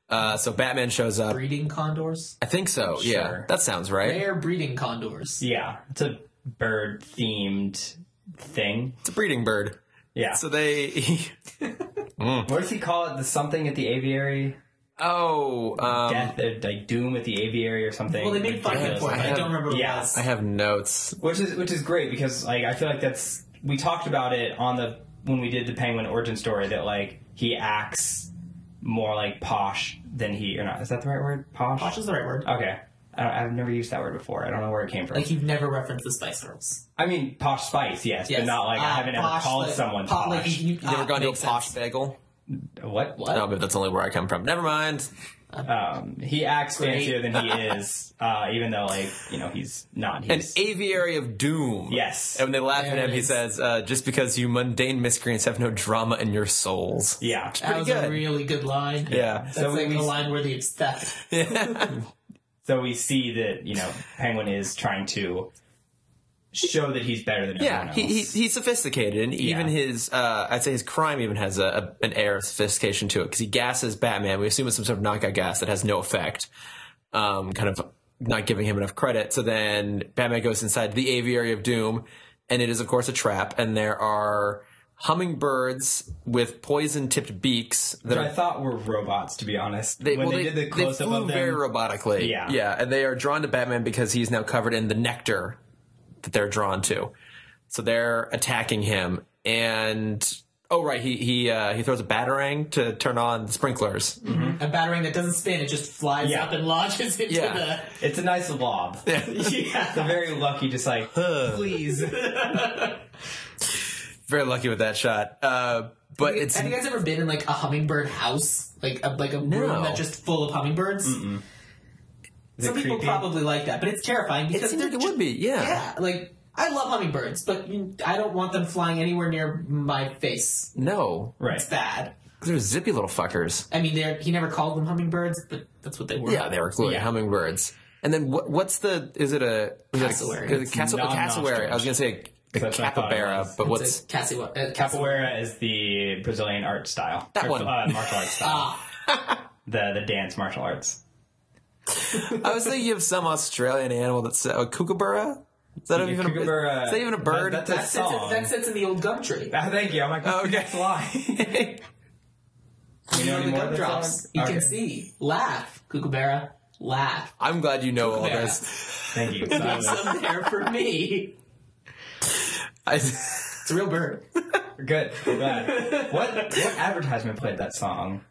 Speaker 1: Uh, so Batman shows up.
Speaker 3: Breeding condors.
Speaker 1: I think so. Yeah,
Speaker 2: Sure.
Speaker 1: that sounds right.
Speaker 3: They're breeding condors.
Speaker 2: Yeah, it's a bird themed thing.
Speaker 1: It's a breeding bird.
Speaker 2: Yeah.
Speaker 1: So they.
Speaker 2: what does he call it? The something at the aviary?
Speaker 1: oh, um,
Speaker 2: Death, or, like doom at the aviary or something.
Speaker 3: Well, they made fun of him
Speaker 2: Ridiculous.
Speaker 3: for it.
Speaker 1: I
Speaker 3: I,
Speaker 1: have-
Speaker 3: don't remember what
Speaker 2: yeah,
Speaker 3: it was.
Speaker 1: I have notes.
Speaker 2: which is which is great because like I feel like that's we talked about it on the when we did the penguin origin story that like he acts more like posh than he or not is that the right word posh,
Speaker 3: Posh is the right word.
Speaker 2: okay I don't, I've never used that word before I don't know where it came from
Speaker 3: Like you've never referenced the Spice Girls.
Speaker 2: I mean posh spice yes,
Speaker 3: Yes.
Speaker 2: but not like
Speaker 3: Ah,
Speaker 2: I haven't ever
Speaker 3: posh,
Speaker 2: called
Speaker 3: like-
Speaker 2: someone
Speaker 3: po-
Speaker 2: posh
Speaker 3: like, you- you-
Speaker 1: You ever
Speaker 3: ah,
Speaker 1: gone to a
Speaker 3: makes
Speaker 1: posh
Speaker 3: sense.
Speaker 1: bagel?
Speaker 2: what
Speaker 3: What?
Speaker 1: No, but that's only where I come from. Never mind.
Speaker 2: um he acts
Speaker 3: Great.
Speaker 2: fancier than he is uh even though like you know he's not
Speaker 1: An
Speaker 2: he's
Speaker 1: aviary of doom.
Speaker 2: yes
Speaker 1: And when they laugh
Speaker 3: There
Speaker 1: at him,
Speaker 3: it
Speaker 1: he
Speaker 3: is.
Speaker 1: says, uh, "Just because you mundane miscreants have no drama in your souls."
Speaker 2: yeah
Speaker 3: that was
Speaker 1: pretty
Speaker 3: a
Speaker 1: good.
Speaker 3: really good line.
Speaker 1: Yeah.
Speaker 3: That's
Speaker 2: So
Speaker 3: like
Speaker 2: we-
Speaker 3: a line worthy of theft.
Speaker 2: so we see that you know penguin is trying to show that he's better than everyone
Speaker 1: Yeah,
Speaker 2: else
Speaker 1: he, he he's sophisticated, and even
Speaker 2: Yeah.
Speaker 1: his uh, I'd say his crime even has a, a an air of sophistication to it because he gasses Batman. We assume it's some sort of knockout gas that has no effect. Um, kind of not giving him enough credit. So then Batman goes inside the aviary of doom, and it is, of course, a trap. And there are hummingbirds with poison tipped beaks that
Speaker 2: Which
Speaker 1: are
Speaker 2: I thought were robots, to be honest. when
Speaker 1: well,
Speaker 2: they, did the close up
Speaker 1: flew
Speaker 2: of them,
Speaker 1: very robotically.
Speaker 2: Yeah.
Speaker 1: yeah, and they are drawn to Batman because he's now covered in the nectar that they're drawn to. So they're attacking him, and oh right, he he uh, he throws a batarang to turn on the sprinklers.
Speaker 3: A battering that doesn't spin, it just flies
Speaker 2: Yeah.
Speaker 3: up and lodges into
Speaker 1: Yeah.
Speaker 2: it's a nice lob.
Speaker 1: Yeah.
Speaker 3: the. Yeah.
Speaker 2: They're very lucky, just like
Speaker 3: Please.
Speaker 1: Very lucky with that shot. Uh, but it's
Speaker 3: Have you guys ever been in like a hummingbird house, like a, like a room that's just full of hummingbirds?
Speaker 2: is
Speaker 3: Some
Speaker 2: it
Speaker 3: people
Speaker 2: creepy?
Speaker 3: probably like that, but it's terrifying
Speaker 1: it
Speaker 3: because
Speaker 1: seems
Speaker 3: they're
Speaker 1: like it
Speaker 3: ju-
Speaker 1: would be. Yeah.
Speaker 3: Yeah, like I love hummingbirds, but you- I don't want them flying anywhere near my face.
Speaker 1: No,
Speaker 2: right.
Speaker 3: It's bad.
Speaker 1: they're zippy little fuckers.
Speaker 3: I mean, they're, he never called them hummingbirds, but that's what they were.
Speaker 1: Yeah, they were clearly
Speaker 2: Yeah.
Speaker 1: hummingbirds. And then what, what's the? Is it a is it a-
Speaker 3: Cassowary.
Speaker 1: is it a cassow-
Speaker 2: It's not
Speaker 1: cassowary? I was gonna say a, a
Speaker 2: That's what I thought it
Speaker 1: capybara,
Speaker 2: was.
Speaker 1: but what's
Speaker 3: It's a Cassie, uh, Cassie-
Speaker 2: Capoeira is the Brazilian art style.
Speaker 1: That
Speaker 2: Or,
Speaker 1: one.
Speaker 2: Uh, martial arts style.
Speaker 3: Ah,
Speaker 2: the, the dance martial arts.
Speaker 1: I was thinking of some Australian animal that's uh, a kookaburra. Is that even
Speaker 2: Kookaburra-
Speaker 1: a is that even a bird?
Speaker 2: that- that's
Speaker 3: that sits,
Speaker 2: Song.
Speaker 3: that sits in the old gum tree.
Speaker 2: Ah, thank you. I'm like,
Speaker 1: Oh,
Speaker 2: oh,
Speaker 1: okay.
Speaker 2: that's a lie. you know
Speaker 3: the
Speaker 2: any more of this
Speaker 3: gumdrops.
Speaker 2: song?
Speaker 3: You
Speaker 2: Okay.
Speaker 3: can see. Laugh, Kookaburra. Laugh.
Speaker 1: I'm glad you know all
Speaker 3: Kookaburra.
Speaker 1: this.
Speaker 2: Thank you. So I was-
Speaker 3: Some there for me.
Speaker 1: I,
Speaker 3: It's a real bird.
Speaker 2: Good. I'm glad. What what advertisement played that song?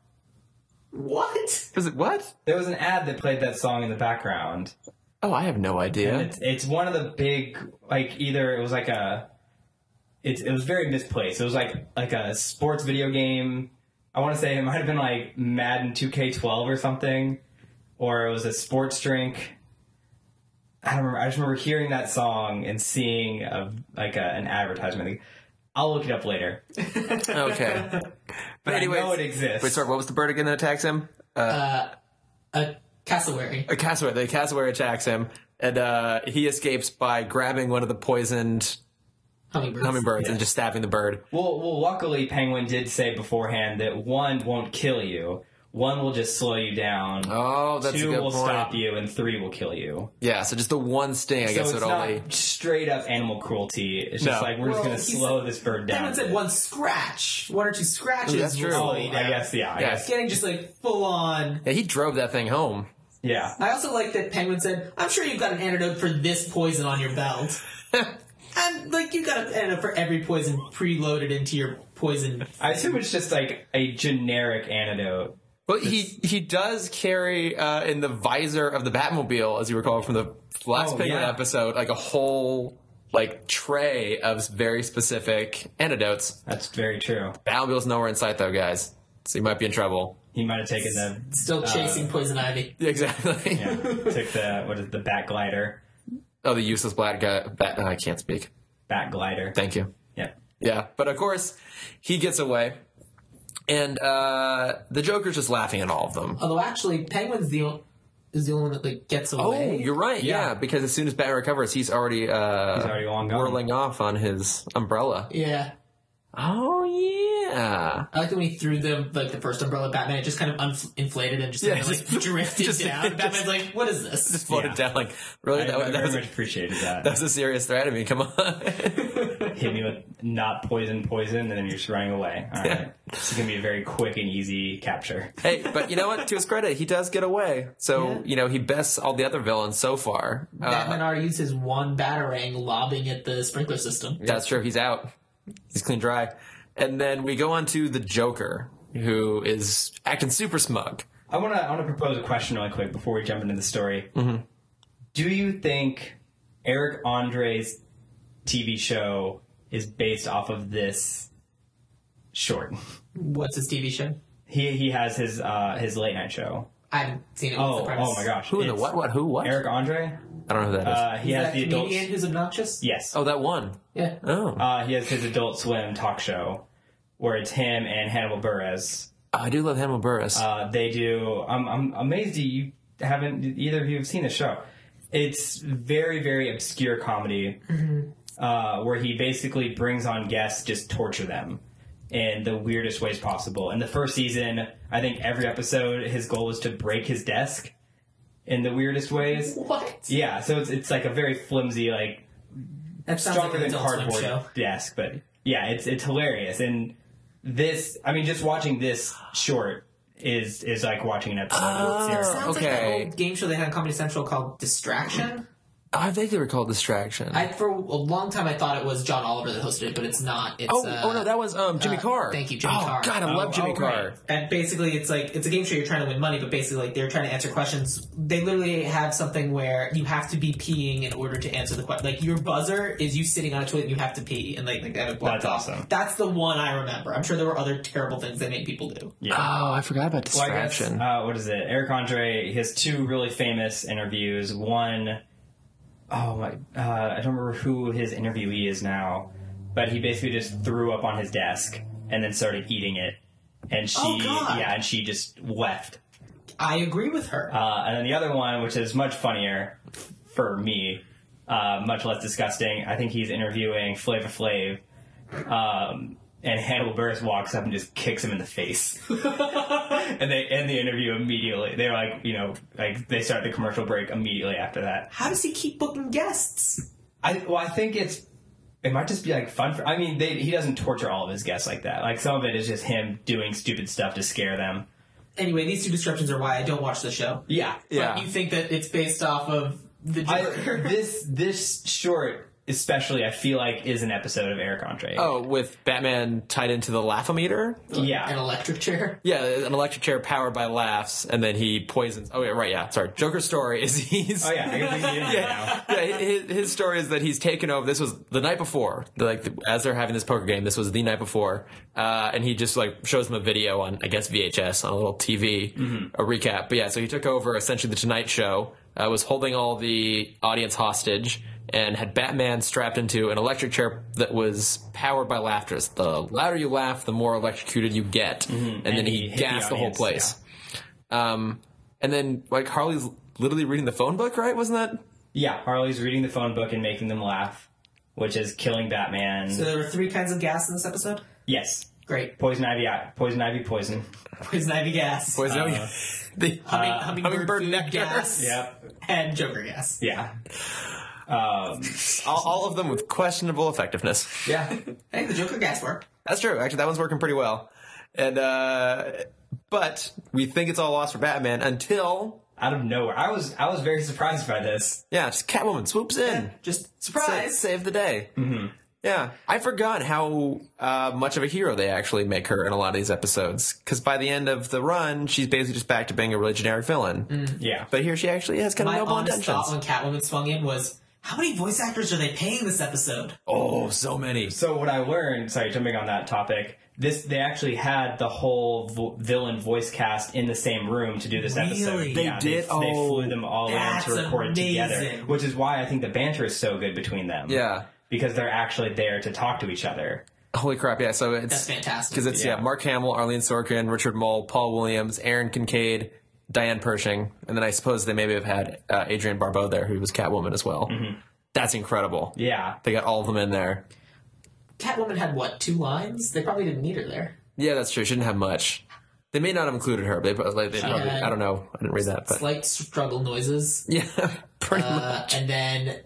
Speaker 3: What?
Speaker 1: was it what?
Speaker 2: There was an ad that played that song in the background.
Speaker 1: Oh, I have no idea.
Speaker 2: It's, it's one of the big like either it was like a it, it was very misplaced. It was like like a sports video game. I want to say it might have been like Madden 2K12 or something, or it was a sports drink. I don't remember. I just remember hearing that song and seeing a, like a, an advertisement. I'll look it up later.
Speaker 1: Okay, but,
Speaker 2: But
Speaker 1: anyway,
Speaker 2: I know it exists.
Speaker 1: wait, sorry. What was the bird again that attacks him?
Speaker 3: A cassowary.
Speaker 1: A cassowary. The cassowary attacks him, and uh, he escapes by grabbing one of the poisoned
Speaker 3: Hummingbirds.
Speaker 1: hummingbirds and just stabbing the bird.
Speaker 2: Well, well, luckily, Penguin did say beforehand that one won't kill you, one will just slow you down,
Speaker 1: Oh, that's
Speaker 2: two
Speaker 1: a good
Speaker 2: will
Speaker 1: point.
Speaker 2: stop you, and three will kill you.
Speaker 1: Yeah, so just the one sting. I
Speaker 2: So
Speaker 1: guess
Speaker 2: it's
Speaker 1: would
Speaker 2: not
Speaker 1: only.
Speaker 2: straight up animal cruelty. It's just
Speaker 1: No.
Speaker 2: like we're
Speaker 3: Well,
Speaker 2: just going to
Speaker 3: he's-
Speaker 2: slow this bird down.
Speaker 3: Penguin said one scratch, one or two scratches.
Speaker 1: Ooh, that's true.
Speaker 3: will
Speaker 2: Oh,
Speaker 3: slow you
Speaker 2: I
Speaker 3: down.
Speaker 2: guess yeah. I
Speaker 1: Yeah.
Speaker 2: guess
Speaker 3: Getting just like full on.
Speaker 1: Yeah, he drove that thing home.
Speaker 2: yeah.
Speaker 3: I also like that Penguin said, I'm sure you've got an antidote for this poison on your belt. and, like, you've got an antidote for every poison preloaded into your poison.
Speaker 2: I assume it's just like a generic antidote.
Speaker 1: But he he does carry uh, in the visor of the Batmobile, as you recall from the last
Speaker 2: Oh,
Speaker 1: Penguin
Speaker 2: yeah.
Speaker 1: episode, like a whole like tray of very specific antidotes.
Speaker 2: That's very true.
Speaker 1: Batmobile's nowhere in sight though, guys, so you might be in trouble.
Speaker 2: He might have taken the
Speaker 3: Still chasing poison ivy.
Speaker 1: Exactly.
Speaker 2: yeah, took the what is it, the back glider,
Speaker 1: Oh, the useless black guy. Bat, I can't speak.
Speaker 2: back glider.
Speaker 1: Thank you.
Speaker 2: Yeah.
Speaker 1: Yeah, but of course, he gets away, and uh, the Joker's just laughing at all of them.
Speaker 3: Although, actually, Penguin's the only, is the only one that, like, gets
Speaker 1: Oh,
Speaker 3: away.
Speaker 1: you're right. Yeah. because as soon as Batman recovers, he's already uh,
Speaker 2: He's already long gone.
Speaker 1: whirling off on his umbrella.
Speaker 3: yeah.
Speaker 1: Oh yeah.
Speaker 3: I like when we threw the, like, the first umbrella at Batman. It just kind of inflated and just,
Speaker 1: Yeah,
Speaker 3: kinda, like,
Speaker 1: just-
Speaker 3: drifted
Speaker 1: just-
Speaker 3: down. Batman's like, what is this?
Speaker 1: Just floated
Speaker 2: Yeah.
Speaker 1: down like really
Speaker 2: I,
Speaker 1: that,
Speaker 2: I
Speaker 1: that
Speaker 2: very
Speaker 1: was a,
Speaker 2: much appreciated that.
Speaker 1: that was a serious threat. I mean, come on.
Speaker 2: hit me with not poison, poison, and then you're just running away. All right. It's going to be a very quick and easy capture.
Speaker 1: hey, but you know what? To his credit, he does get away. So
Speaker 3: Yeah.
Speaker 1: you know he bests all the other villains so far. Uh,
Speaker 3: Batman already used his one batarang lobbing at the sprinkler system.
Speaker 1: that's true. He's out. He's clean dry. And then we go on to the Joker, who is acting super smug.
Speaker 2: I want to I want to propose a question really quick before we jump into the story.
Speaker 1: Mm-hmm.
Speaker 2: Do you think Eric Andre's TV show is based off of this short?
Speaker 3: What's his TV show?
Speaker 2: He he has his uh, his late night show.
Speaker 3: I haven't seen it. What's
Speaker 2: Oh
Speaker 3: the premise?
Speaker 2: oh my gosh!
Speaker 1: Who in the
Speaker 2: It's
Speaker 1: what? What? Who? What?
Speaker 2: Eric Andre.
Speaker 1: I don't know who that is.
Speaker 2: Uh, he
Speaker 3: Is
Speaker 2: has
Speaker 3: that
Speaker 2: the adult.
Speaker 3: comedian who's obnoxious?
Speaker 2: Yes.
Speaker 1: oh, that one.
Speaker 3: Yeah.
Speaker 1: Oh,
Speaker 2: Uh, he has his Adult Swim talk show where it's him and Hannibal Buress.
Speaker 1: I do love Hannibal Buress.
Speaker 2: Uh, they do. I'm, I'm amazed that you haven't either of you have seen the show. It's very very obscure comedy uh, where he basically brings on guests just torture them in the weirdest ways possible. In the first season, I think every episode his goal was to break his desk in the weirdest ways.
Speaker 3: What?
Speaker 2: Yeah, so it's it's like a very flimsy, like
Speaker 3: That sounds
Speaker 2: stronger
Speaker 3: like an
Speaker 2: than
Speaker 3: Adult Swim
Speaker 2: cardboard
Speaker 3: show.
Speaker 2: desk, but yeah, it's it's hilarious. And this, I mean, just watching this short is is like watching an episode of the series.
Speaker 1: Oh.
Speaker 3: Sounds like
Speaker 1: Okay.
Speaker 3: that old game show they had on Comedy Central called Distraction.
Speaker 1: Oh, I think they were called Distraction.
Speaker 3: I for a long time I thought it was John Oliver that hosted it, but it's not. It's,
Speaker 1: oh,
Speaker 3: uh,
Speaker 1: oh no, that was um, Jimmy
Speaker 3: uh,
Speaker 1: Carr.
Speaker 3: thank you, Jimmy
Speaker 1: oh,
Speaker 3: Carr.
Speaker 1: God, I
Speaker 2: Oh,
Speaker 1: love Jimmy
Speaker 2: oh,
Speaker 1: Carr.
Speaker 2: right.
Speaker 3: And basically, it's like it's a game show. You're trying to win money, but basically, like they're trying to answer questions. They literally have something where you have to be peeing in order to answer the question. Like your buzzer is you sitting on a toilet, and you have to pee, and like, like that.
Speaker 2: That's awesome.
Speaker 3: That's the one I remember. I'm sure there were other terrible things they made people do.
Speaker 2: Yeah.
Speaker 1: Oh, I forgot about
Speaker 2: Well, I guess,
Speaker 1: Distraction.
Speaker 2: uh, what is it? Eric Andre, he has two really famous interviews. One, oh my, uh, I don't remember who his interviewee is now, but he basically just threw up on his desk and then started eating it. And she,
Speaker 3: Oh, God.
Speaker 2: yeah, and she just left.
Speaker 3: I agree with her.
Speaker 2: Uh, and then the other one, which is much funnier for me, uh, much less disgusting. I think he's interviewing Flavor Flav, um, and Hannibal Buress walks up and just kicks him in the face, and they end the interview immediately. They're like, you know, like they start the commercial break immediately after that.
Speaker 3: How does he keep booking guests?
Speaker 2: I well, I think it's. It might just be like fun for. I mean, they, he doesn't torture all of his guests like that. Like some of it is just him doing stupid stuff to scare them.
Speaker 3: Anyway, these two disruptions are why I don't watch the show.
Speaker 2: Yeah,
Speaker 1: Yeah.
Speaker 3: But you think that it's based off of the
Speaker 2: I,
Speaker 3: Joker.
Speaker 2: this this short especially I feel like is an episode of Eric Andre.
Speaker 1: Oh, with Batman tied into the laughometer.
Speaker 3: an
Speaker 2: yeah.
Speaker 3: electric chair.
Speaker 1: Yeah, an electric chair powered by laughs, and then he poisons. Oh, yeah, right. Yeah, sorry. Joker's story is he's.
Speaker 2: Oh yeah, I guess he's doing it now.
Speaker 1: yeah, his, his story is that he's taken over. This was the night before, like as they're having this poker game. This was the night before, uh, and he just like shows him a video on, I guess VHS on a little TV,
Speaker 2: Mm-hmm.
Speaker 1: a recap. But yeah, so he took over essentially the Tonight Show, uh, was holding all the audience hostage, and had Batman strapped into an electric chair that was powered by laughter. It's The louder you laugh, the more electrocuted you get, and, then
Speaker 2: Mm-hmm. And
Speaker 1: he,
Speaker 2: he hit the
Speaker 1: gassed the, whole
Speaker 2: audience,
Speaker 1: place. Um, and then like Harley's literally reading the phone book, right? Wasn't that?
Speaker 2: Yeah, Harley's reading the phone book and making them laugh, which is killing Batman.
Speaker 3: So there were three kinds of gas in this episode.
Speaker 2: yes.
Speaker 3: Great.
Speaker 2: Poison ivy, uh, poison ivy, poison.
Speaker 3: Poison ivy gas.
Speaker 1: Was
Speaker 2: Uh,
Speaker 1: the
Speaker 3: Humming,
Speaker 2: Uh,
Speaker 3: hummingbird,
Speaker 1: hummingbird
Speaker 3: food
Speaker 1: nectar.
Speaker 3: gas.
Speaker 2: Yep.
Speaker 3: And Joker gas.
Speaker 2: Yeah. Um,
Speaker 1: all, all of them with questionable effectiveness.
Speaker 2: yeah.
Speaker 3: I think the Joker gas worked.
Speaker 1: That's true. Actually, that one's working pretty well. And uh, but we think it's all lost for Batman until
Speaker 2: Out of nowhere, I was I was very surprised by this.
Speaker 1: yeah, just Catwoman swoops in,
Speaker 3: Just
Speaker 1: sa-
Speaker 3: surprise.
Speaker 1: save the day. Mm-hmm. Yeah, I forgot how uh, much of a hero they actually make her in a lot of these episodes. Because by the end of the run, she's basically just back to being a really generic villain.
Speaker 2: Yeah.
Speaker 1: But here she actually has kind of
Speaker 3: Mm. My
Speaker 1: noble
Speaker 3: honest
Speaker 1: intentions.
Speaker 3: thought when Catwoman swung in was, how many voice actors are they paying this episode?
Speaker 1: Oh, so many.
Speaker 2: So what I learned, sorry, jumping on that topic, this they actually had the whole vo- villain voice cast in the same room to do this
Speaker 3: Really?
Speaker 2: episode.
Speaker 1: They
Speaker 2: yeah,
Speaker 1: did?
Speaker 2: They, they
Speaker 1: Oh,
Speaker 2: flew them all in
Speaker 3: that's
Speaker 2: to record it together,
Speaker 3: amazing.
Speaker 2: which is why I think the banter is so good between them.
Speaker 1: Yeah.
Speaker 2: because they're actually there to talk to each other.
Speaker 1: Holy crap! Yeah, so it's
Speaker 3: That's fantastic.
Speaker 1: Because it's yeah.
Speaker 2: Yeah.
Speaker 1: Mark Hamill, Arlene Sorkin, Richard Mole, Paul Williams, Aaron Kincaid, Diane Pershing, and then I suppose they maybe have had uh, Adrian Barbeau there, who was Catwoman as well. That's incredible.
Speaker 2: Mm-hmm. Yeah,
Speaker 1: They got all of them in there.
Speaker 3: Catwoman had what, two lines? They probably didn't need her there.
Speaker 1: Yeah, that's true. She didn't have much. They may not have included her, but they, pro- like, they probably,
Speaker 3: had-
Speaker 1: I don't know. I didn't read that, but
Speaker 3: Slight struggle noises.
Speaker 1: yeah, pretty much.
Speaker 3: Uh, and then,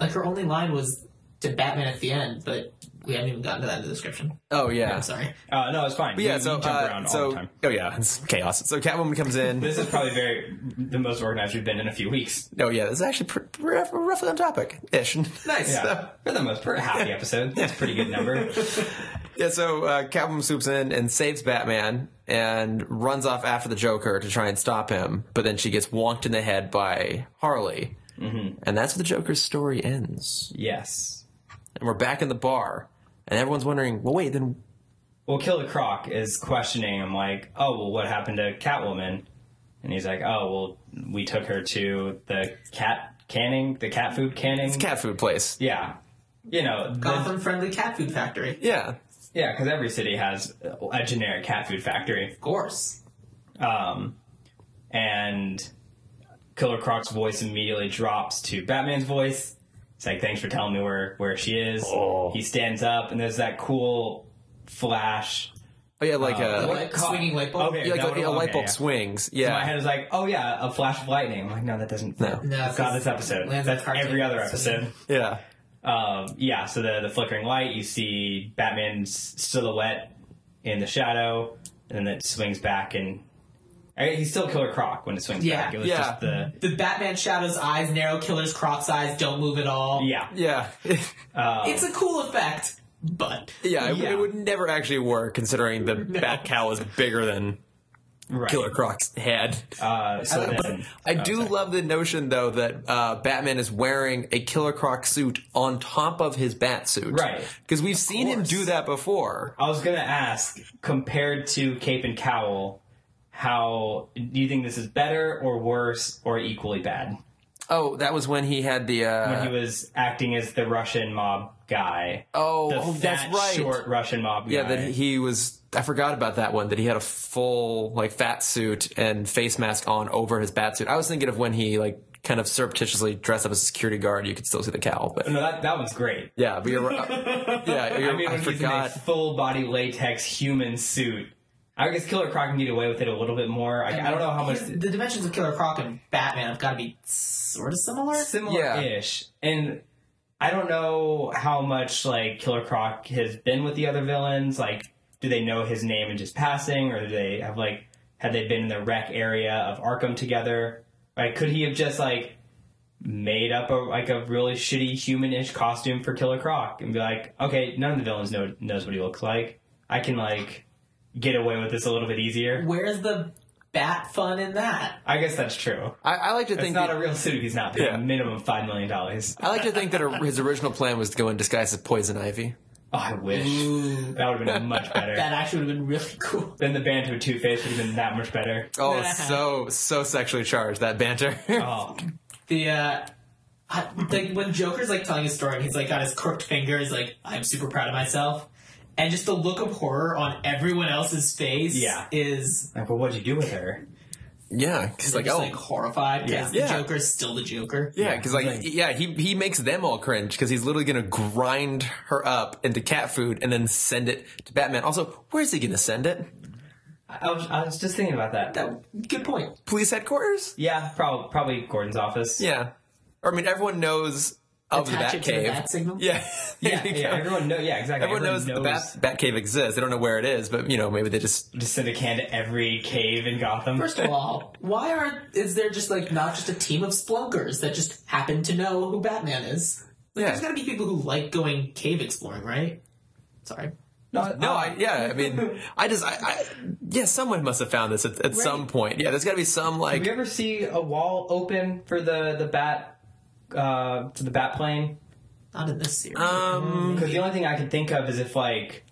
Speaker 3: like, her only line was to Batman at the end, but we haven't even gotten to that in the description.
Speaker 1: Oh yeah,
Speaker 3: I'm sorry.
Speaker 2: uh, no, it's fine.
Speaker 1: But yeah,
Speaker 2: We- we
Speaker 1: so
Speaker 2: jump
Speaker 1: uh,
Speaker 2: around all the
Speaker 1: so
Speaker 2: time.
Speaker 1: oh yeah, it's chaos. So Catwoman comes in.
Speaker 2: This is probably very the most organized we've been in a few weeks.
Speaker 1: oh yeah, this is actually pr- rough- roughly on topic ish. nice.
Speaker 2: Yeah,
Speaker 1: So-
Speaker 2: for the most part, a happy episode. That's a pretty good number.
Speaker 1: Yeah, so uh, Catwoman swoops in and saves Batman and runs off after the Joker to try and stop him, but then she gets wonked in the head by Harley. Mm-hmm. And that's where the Joker's story ends.
Speaker 2: yes.
Speaker 1: And we're back in the bar, and everyone's wondering, well, wait, then.
Speaker 2: well, Kill the Croc is questioning him, like, oh, well, what happened to Catwoman? And he's like, oh, well, we took her to the cat canning, the cat food canning.
Speaker 1: Cat food place.
Speaker 2: yeah. You know, the,
Speaker 3: Gotham friendly cat food factory.
Speaker 1: Yeah.
Speaker 2: yeah, because every city has a generic cat food factory.
Speaker 3: Of course.
Speaker 2: Um, and Killer Croc's voice immediately drops to Batman's voice. It's like, thanks for telling me where, where she is.
Speaker 1: Oh.
Speaker 2: He stands up, and there's that cool flash
Speaker 1: Oh yeah, like
Speaker 3: The
Speaker 1: uh,
Speaker 2: what
Speaker 1: like,
Speaker 3: light,
Speaker 2: co-
Speaker 3: swinging light bulb.
Speaker 2: Okay.
Speaker 1: yeah, like,
Speaker 2: that
Speaker 1: like,
Speaker 2: would've-
Speaker 1: a light
Speaker 2: okay,
Speaker 1: bulb
Speaker 2: yeah.
Speaker 1: swings.
Speaker 2: So my
Speaker 1: Yeah,
Speaker 2: head is like, oh yeah, a flash of lightning. I'm like, no, that doesn't.
Speaker 1: No. No,
Speaker 2: that's not this episode.
Speaker 3: Lands
Speaker 2: That's
Speaker 3: on
Speaker 2: every
Speaker 3: cartoon.
Speaker 2: other episode.
Speaker 1: yeah.
Speaker 2: Um, yeah, so the the flickering light, you see Batman's silhouette in the shadow, and then it swings back, and I mean, he's still Killer Croc when it swings
Speaker 3: Yeah,
Speaker 2: back. It was
Speaker 1: yeah.
Speaker 2: just the
Speaker 3: The Batman Shadow's eyes narrow, Killer's Croc's eyes don't move at all.
Speaker 2: yeah.
Speaker 1: Yeah,
Speaker 2: Um,
Speaker 3: It's a cool effect, but
Speaker 1: yeah, it,
Speaker 2: Yeah.
Speaker 1: it would never actually work considering the bat cow is bigger than
Speaker 2: right.
Speaker 1: Killer Croc's head.
Speaker 2: Uh, so
Speaker 1: Uh, but
Speaker 2: then,
Speaker 1: I
Speaker 2: oh,
Speaker 1: do
Speaker 2: sorry.
Speaker 1: love the notion though that uh, Batman is wearing a Killer Croc suit on top of his bat suit,
Speaker 2: Right.
Speaker 1: Because we've seen him
Speaker 3: course.
Speaker 1: do that before.
Speaker 2: I was gonna ask, compared to cape and cowl, how do you think this is better or worse or equally bad?
Speaker 1: Oh, that was when he had the. Uh,
Speaker 2: When he was acting as the Russian mob guy,
Speaker 1: oh,
Speaker 2: the
Speaker 1: oh,
Speaker 2: fat,
Speaker 1: that's right.
Speaker 2: short Russian mob guy.
Speaker 1: Yeah, that he was. I forgot about that one. That he had a full like fat suit and face mask on over his bat suit. I was thinking of when he like kind of surreptitiously dressed up as a security guard. You could still see the cowl, but
Speaker 2: no, that that was great.
Speaker 1: yeah, but you're right. Yeah, you're,
Speaker 2: I mean, when he's
Speaker 1: forgot.
Speaker 2: in a full body latex human suit. I guess Killer Croc can get away with it a little bit more. I, I don't know how much
Speaker 3: the dimensions of Killer Croc and Batman have got to be sort of similar.
Speaker 2: similar-ish, and I don't know how much like Killer Croc has been with the other villains. Like, do they know his name and just passing, or do they have like had they been in the wreck area of Arkham together? Like, could he have just like made up a like a really shitty humanish costume for Killer Croc and be like, okay, none of the villains know knows what he looks like. I can like get away with this a little bit easier.
Speaker 3: Where's the bat fun in that?
Speaker 2: I guess that's true.
Speaker 1: I, I like to
Speaker 2: It's
Speaker 1: think.
Speaker 2: not
Speaker 1: That,
Speaker 2: a real suit if he's not paid
Speaker 1: Yeah.
Speaker 2: minimum five million dollars.
Speaker 1: I like to think that a, his original plan was to go in disguise as Poison Ivy.
Speaker 2: Oh, I wish.
Speaker 3: Ooh,
Speaker 2: That would have been much
Speaker 3: that
Speaker 2: better.
Speaker 3: actually would have been really cool.
Speaker 2: then the banter Two Face would have been that much better.
Speaker 1: Oh, so so sexually charged that banter.
Speaker 2: Oh,
Speaker 3: The uh, I, like when Joker's like telling his story, and he's like got his crooked finger. He's like, I'm super proud of myself, and just the look of horror on everyone else's face.
Speaker 2: Yeah.
Speaker 3: is
Speaker 2: like, well, what'd you do with her?
Speaker 1: yeah, because like
Speaker 3: just
Speaker 1: oh.
Speaker 3: like horrified because
Speaker 1: Yeah.
Speaker 3: the
Speaker 1: Yeah.
Speaker 3: Joker's still the Joker.
Speaker 1: yeah, because like yeah, he he makes them all cringe because he's literally gonna grind her up into cat food and then send it to Batman. Also, where's he gonna send it?
Speaker 2: I I was, I was just thinking about that.
Speaker 3: That good point.
Speaker 1: Police headquarters?
Speaker 2: yeah, probably probably Gordon's office.
Speaker 1: Yeah, or I mean, everyone knows of
Speaker 3: Attach
Speaker 1: the
Speaker 3: it to the
Speaker 1: Batcave.
Speaker 3: bat signal.
Speaker 1: Yeah,
Speaker 2: yeah, yeah, Everyone know. Yeah, exactly.
Speaker 1: Everyone knows, the Bat Batcave exists. They don't know where it is, but you know maybe they just
Speaker 2: Just send a can to every cave in Gotham.
Speaker 3: First of all, why aren't is there just like not just a team of splunkers that just happen to know who Batman is? Like,
Speaker 1: Yeah.
Speaker 3: There's got to be people who like going cave exploring, right? Sorry.
Speaker 1: No, I, yeah, I mean, I just, I, I, yeah, someone must have found this at, at some point. Yeah, there's got to be some
Speaker 2: Did
Speaker 1: like,
Speaker 2: we ever see a wall open for the the bat uh, for the bat plane?
Speaker 3: Not in this series.
Speaker 1: um,
Speaker 2: Because the only thing I can think of is if like.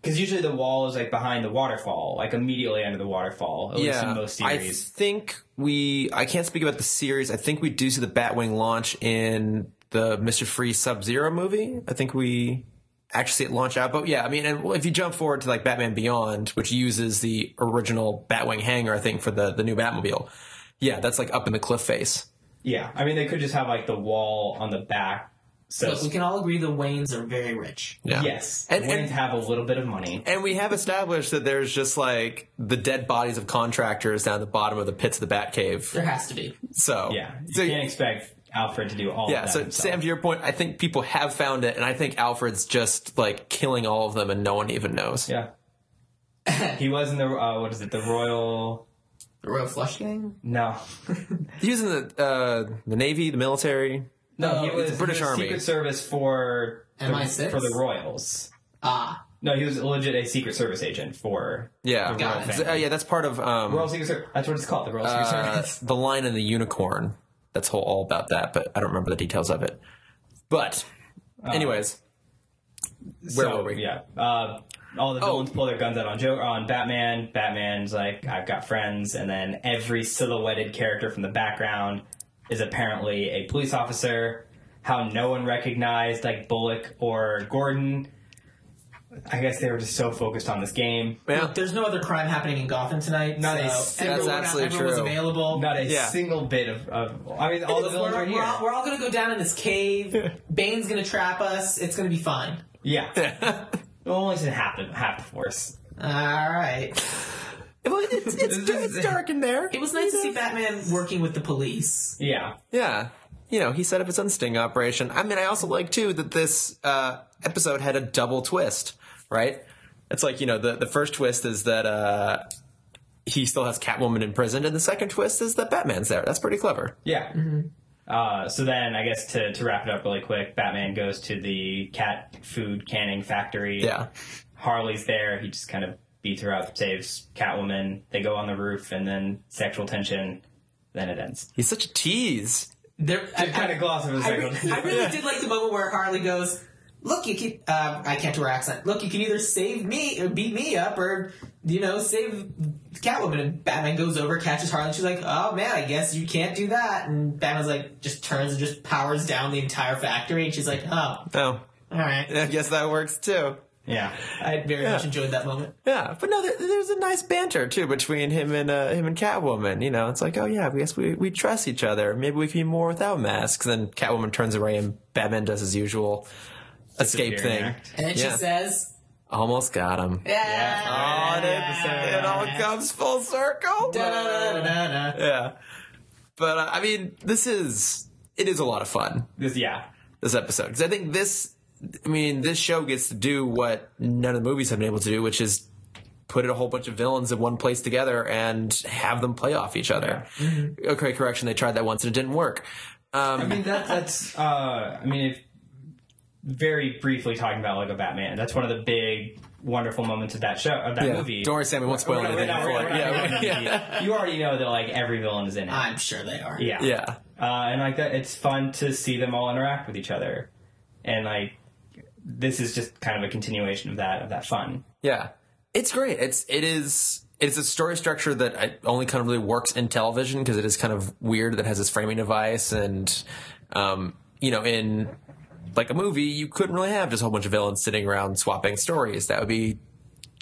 Speaker 2: Because usually the wall is like behind the waterfall, like immediately under the waterfall. At least in
Speaker 1: yeah,
Speaker 2: most
Speaker 1: I
Speaker 2: series.
Speaker 1: think we, I can't speak about the series. I think we do see the Batwing launch in the Mister Free Sub Zero movie. I think we actually see it launch out, but yeah, I mean, and if you jump forward to like Batman Beyond, which uses the original Batwing hangar, I think for the the new Batmobile. Yeah, that's like up in the cliff face.
Speaker 2: Yeah, I mean they could just have like the wall on the back. So
Speaker 3: Look, we can all agree the Waynes are very rich.
Speaker 1: Yeah.
Speaker 2: yes,
Speaker 1: And-
Speaker 2: and, Wayne's
Speaker 1: and-
Speaker 2: have a little bit of money.
Speaker 1: And we have established that there's just like the dead bodies of contractors down at the bottom of the pits of the Batcave.
Speaker 3: There has to be.
Speaker 1: So
Speaker 2: Yeah, you
Speaker 1: so,
Speaker 2: can't expect Alfred to do all.
Speaker 1: yeah.
Speaker 2: of that
Speaker 1: So
Speaker 2: himself.
Speaker 1: Sam, to your point, I think people have found it, and I think Alfred's just like killing all of them, and no one even knows.
Speaker 2: Yeah, he was in the uh, what is it? The Royal?
Speaker 3: The Royal Flush Gang?
Speaker 2: No,
Speaker 1: He was in the uh, the navy, the military.
Speaker 2: no, he
Speaker 3: it's
Speaker 2: was
Speaker 1: the British
Speaker 2: he was
Speaker 1: Army.
Speaker 2: Secret Service for the-
Speaker 3: MI6?
Speaker 2: for the Royals.
Speaker 3: Ah.
Speaker 2: No, he was legit a Secret Service agent for
Speaker 1: Yeah,
Speaker 3: Got
Speaker 1: Uh,
Speaker 2: it.
Speaker 1: yeah. That's part of
Speaker 2: Royal
Speaker 1: um,
Speaker 2: Secret Service. That's what it's called, the Royal Secret
Speaker 1: uh,
Speaker 2: Service.
Speaker 1: the line in the unicorn. That's whole all about that, but I don't remember the details of it. But, anyways, where
Speaker 2: Oh. So,
Speaker 1: were we? Oh.
Speaker 2: Yeah. Uh, all the villains pull their guns out on Joe on Batman. Batman's like, I've got friends, and then every silhouetted character from the background is apparently a police officer. How no one recognized like Bullock or Gordon. I guess they were just so focused on this game.
Speaker 1: Yeah.
Speaker 3: Look, there's no other crime happening in Gotham tonight.
Speaker 2: Not a
Speaker 3: so
Speaker 2: single-
Speaker 3: everyone,
Speaker 1: That's absolutely
Speaker 3: everyone's
Speaker 1: true.
Speaker 3: available.
Speaker 2: Not a
Speaker 1: Yeah.
Speaker 2: single bit of, of. I mean, all the
Speaker 3: we're,
Speaker 2: villains are
Speaker 3: we're all,
Speaker 2: here.
Speaker 3: we're all gonna go down in this cave. Bane's gonna trap us. It's gonna be fine.
Speaker 2: Yeah. Well, Only to half the half the force.
Speaker 3: All right.
Speaker 1: Well, It's, it's, it's dark in there.
Speaker 3: It was nice to see Batman working with the police.
Speaker 2: Yeah.
Speaker 1: Yeah. You know, he set up his own sting operation. I mean, I also like, too, that this uh, episode had a double twist, right? It's like, you know, the, the first twist is that uh, he still has Catwoman in prison, and the second twist is that Batman's there. That's pretty clever.
Speaker 2: Yeah. Uh, so then, I guess to, to wrap it up really quick, Batman goes to the cat food canning factory.
Speaker 1: Yeah.
Speaker 2: Harley's there. He just kind of beats her up, saves Catwoman. They go on the roof, and then sexual tension. Then it ends.
Speaker 1: He's such a tease.
Speaker 3: There, I,
Speaker 2: Kind of gloss over
Speaker 3: I,
Speaker 2: sexual
Speaker 3: re- I
Speaker 2: tension.
Speaker 3: really did like the moment where Harley goes, "Look, you can." Uh, I can't do her accent. Look, you can either save me or beat me up, or you know, save Catwoman. And Batman goes over, catches Harley. And she's like, "Oh man, I guess you can't do that." And Batman's like, just turns and just powers down the entire factory. And she's like, "Oh,
Speaker 1: Oh,
Speaker 3: all right."
Speaker 1: I guess that works, too.
Speaker 2: Yeah.
Speaker 3: I very much enjoyed that moment.
Speaker 1: Yeah, but no, there, there's a nice banter too between him and uh, him and Catwoman. You know, it's like, oh yeah, I guess we we trust each other. Maybe we can be more without masks. Then Catwoman turns away, and Batman does his usual escape
Speaker 2: Disappearing
Speaker 1: thing.
Speaker 2: act.
Speaker 3: And then
Speaker 1: Yeah.
Speaker 3: she says,
Speaker 1: Almost got him. Oh,
Speaker 3: "Yeah."
Speaker 1: it, is- it all comes full circle.
Speaker 3: Da-da-da-da-da.
Speaker 1: Yeah, but uh, I mean, this is it is a lot of fun.
Speaker 2: This, yeah.
Speaker 1: this episode because I think this, I mean, this show gets to do what none of the movies have been able to do, which is put a whole bunch of villains in one place together and have them play off each other.
Speaker 2: Mm-hmm.
Speaker 1: Okay, correction, they tried that once and it didn't work. Um,
Speaker 2: I mean, that, that's, uh, I mean, if very briefly talking about Lego Batman, that's one of the big, wonderful moments of that show, of that
Speaker 1: yeah.
Speaker 2: movie.
Speaker 1: Don't worry, Sam, we won't spoil
Speaker 2: We're not- we're
Speaker 1: anything.
Speaker 2: not-
Speaker 1: for
Speaker 2: we're
Speaker 1: it.
Speaker 2: not- we're
Speaker 1: yeah,
Speaker 2: not- You already know that, like, every villain is in it.
Speaker 3: I'm sure they are.
Speaker 2: yeah.
Speaker 1: yeah.
Speaker 2: Uh, and, like, that, it's fun to see them all interact with each other. And, like, this is just kind of a continuation of that, of that fun.
Speaker 1: Yeah, it's great. It's it is it's a story structure that I, only kind of really works in television because it is kind of weird that it has this framing device and um, you know in like a movie you couldn't really have just a whole bunch of villains sitting around swapping stories. That would be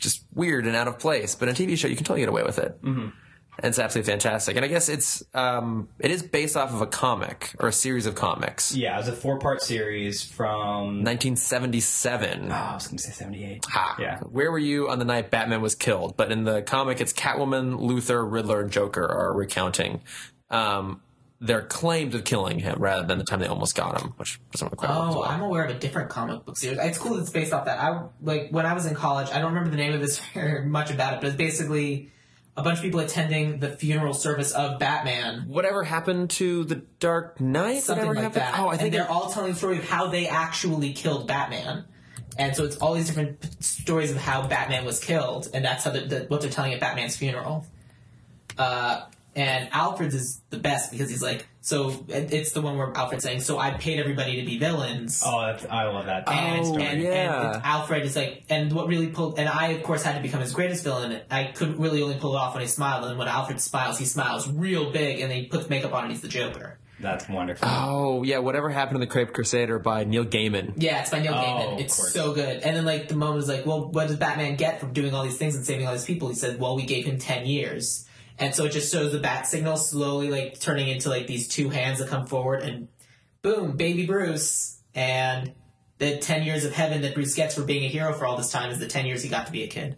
Speaker 1: just weird and out of place. But in a TV show you can totally get away with it. Mm-hmm. And it's absolutely fantastic. And I guess it's um, it is based off of a comic or a series of comics.
Speaker 2: Yeah, it was a four part series from,
Speaker 1: 1977.
Speaker 2: oh, I was going to say 78.
Speaker 1: Ah,
Speaker 2: Yeah.
Speaker 1: Where were you on the night Batman was killed? But in the comic, it's Catwoman, Luther, Riddler, and Joker are recounting um, their claims of killing him rather than the time they almost got him, which was one of the cool ones as
Speaker 3: Oh,
Speaker 1: well.
Speaker 3: I'm aware of a different comic book series. It's cool that it's based off that. I like when I was in college. I don't remember the name of this or much about it, but it's basically a bunch of people attending the funeral service of Batman.
Speaker 1: Whatever happened to the Dark Knight?
Speaker 3: Something
Speaker 1: Whatever
Speaker 3: like
Speaker 1: happened?
Speaker 3: that.
Speaker 1: Oh, I
Speaker 3: and
Speaker 1: think
Speaker 3: they're
Speaker 1: it-
Speaker 3: all telling the story of how they actually killed Batman. And so it's all these different p- stories of how Batman was killed, and that's how the, the, what they're telling at Batman's funeral. Uh, and Alfred's is the best because he's like, so it- it's the one where Alfred's saying, "So I paid everybody to be villains."
Speaker 2: Oh, that's, I love that.
Speaker 3: and,
Speaker 1: Oh,
Speaker 3: and,
Speaker 1: yeah.
Speaker 3: and Alfred is like, and what really pulled, and I of course had to become his greatest villain. I couldn't really only pull it off when he smiled, and when Alfred smiles, he smiles real big, and then he puts makeup on, and he's the Joker.
Speaker 2: That's wonderful.
Speaker 1: Oh, yeah. Whatever happened to the Crave Crusader by Neil Gaiman.
Speaker 3: Yeah, it's by Neil
Speaker 2: Oh,
Speaker 3: Gaiman.
Speaker 2: of
Speaker 3: It's
Speaker 2: course.
Speaker 3: so good. And then like the moment was like, well, what does Batman get from doing all these things and saving all these people? He said, well, we gave him ten years, and so it just shows the bat signal slowly like turning into like these two hands that come forward, and boom, baby Bruce, and. The ten years of heaven that Bruce gets for being a hero for all this time is the ten years he got to be a kid.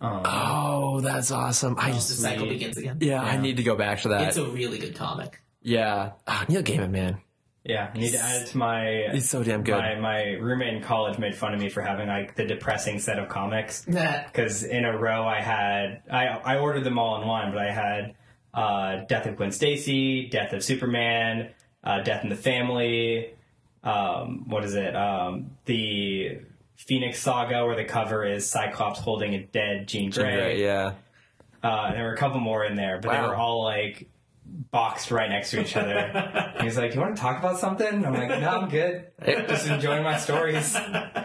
Speaker 2: Um,
Speaker 1: Oh, that's awesome. I
Speaker 3: the
Speaker 1: just.
Speaker 3: cycle begins again.
Speaker 1: Yeah, I need to go back to that.
Speaker 3: It's a really good comic.
Speaker 1: yeah. Ah, Neil Gaiman, man.
Speaker 2: yeah, I need to add it to my
Speaker 1: He's so damn good.
Speaker 2: My, my roommate in college made fun of me for having like the depressing set of comics
Speaker 3: Nah.
Speaker 2: because in a row I had I I ordered them all in one, but I had uh, Death of Gwen Stacy, Death of Superman, uh, Death in the Family. Um, what is it? Um, the Phoenix Saga, where the cover is Cyclops holding a dead Jean Grey.
Speaker 1: Yeah.
Speaker 2: Uh, there were a couple more in there, but
Speaker 1: Wow.
Speaker 2: they were all like boxed right next to each other. He's like, "You want to talk about something?" I'm like, "No, I'm good. Just enjoying my stories." No,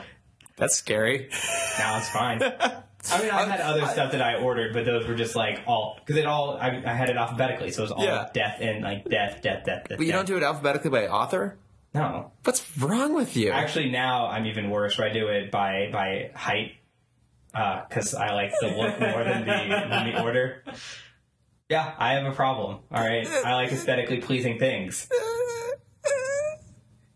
Speaker 1: That's scary.
Speaker 2: it's fine. I mean, I had other stuff that I ordered, but those were just like all because it all I, I had it alphabetically, so it was all
Speaker 1: Yeah.
Speaker 2: death and like death, death, death, death.
Speaker 1: But you don't do it alphabetically by author?
Speaker 2: no.
Speaker 1: What's wrong with you?
Speaker 2: Actually, now I'm even worse. Where I do it by by height because I like the look more than the, than the order. Yeah, I have a problem. All right, I like aesthetically pleasing things.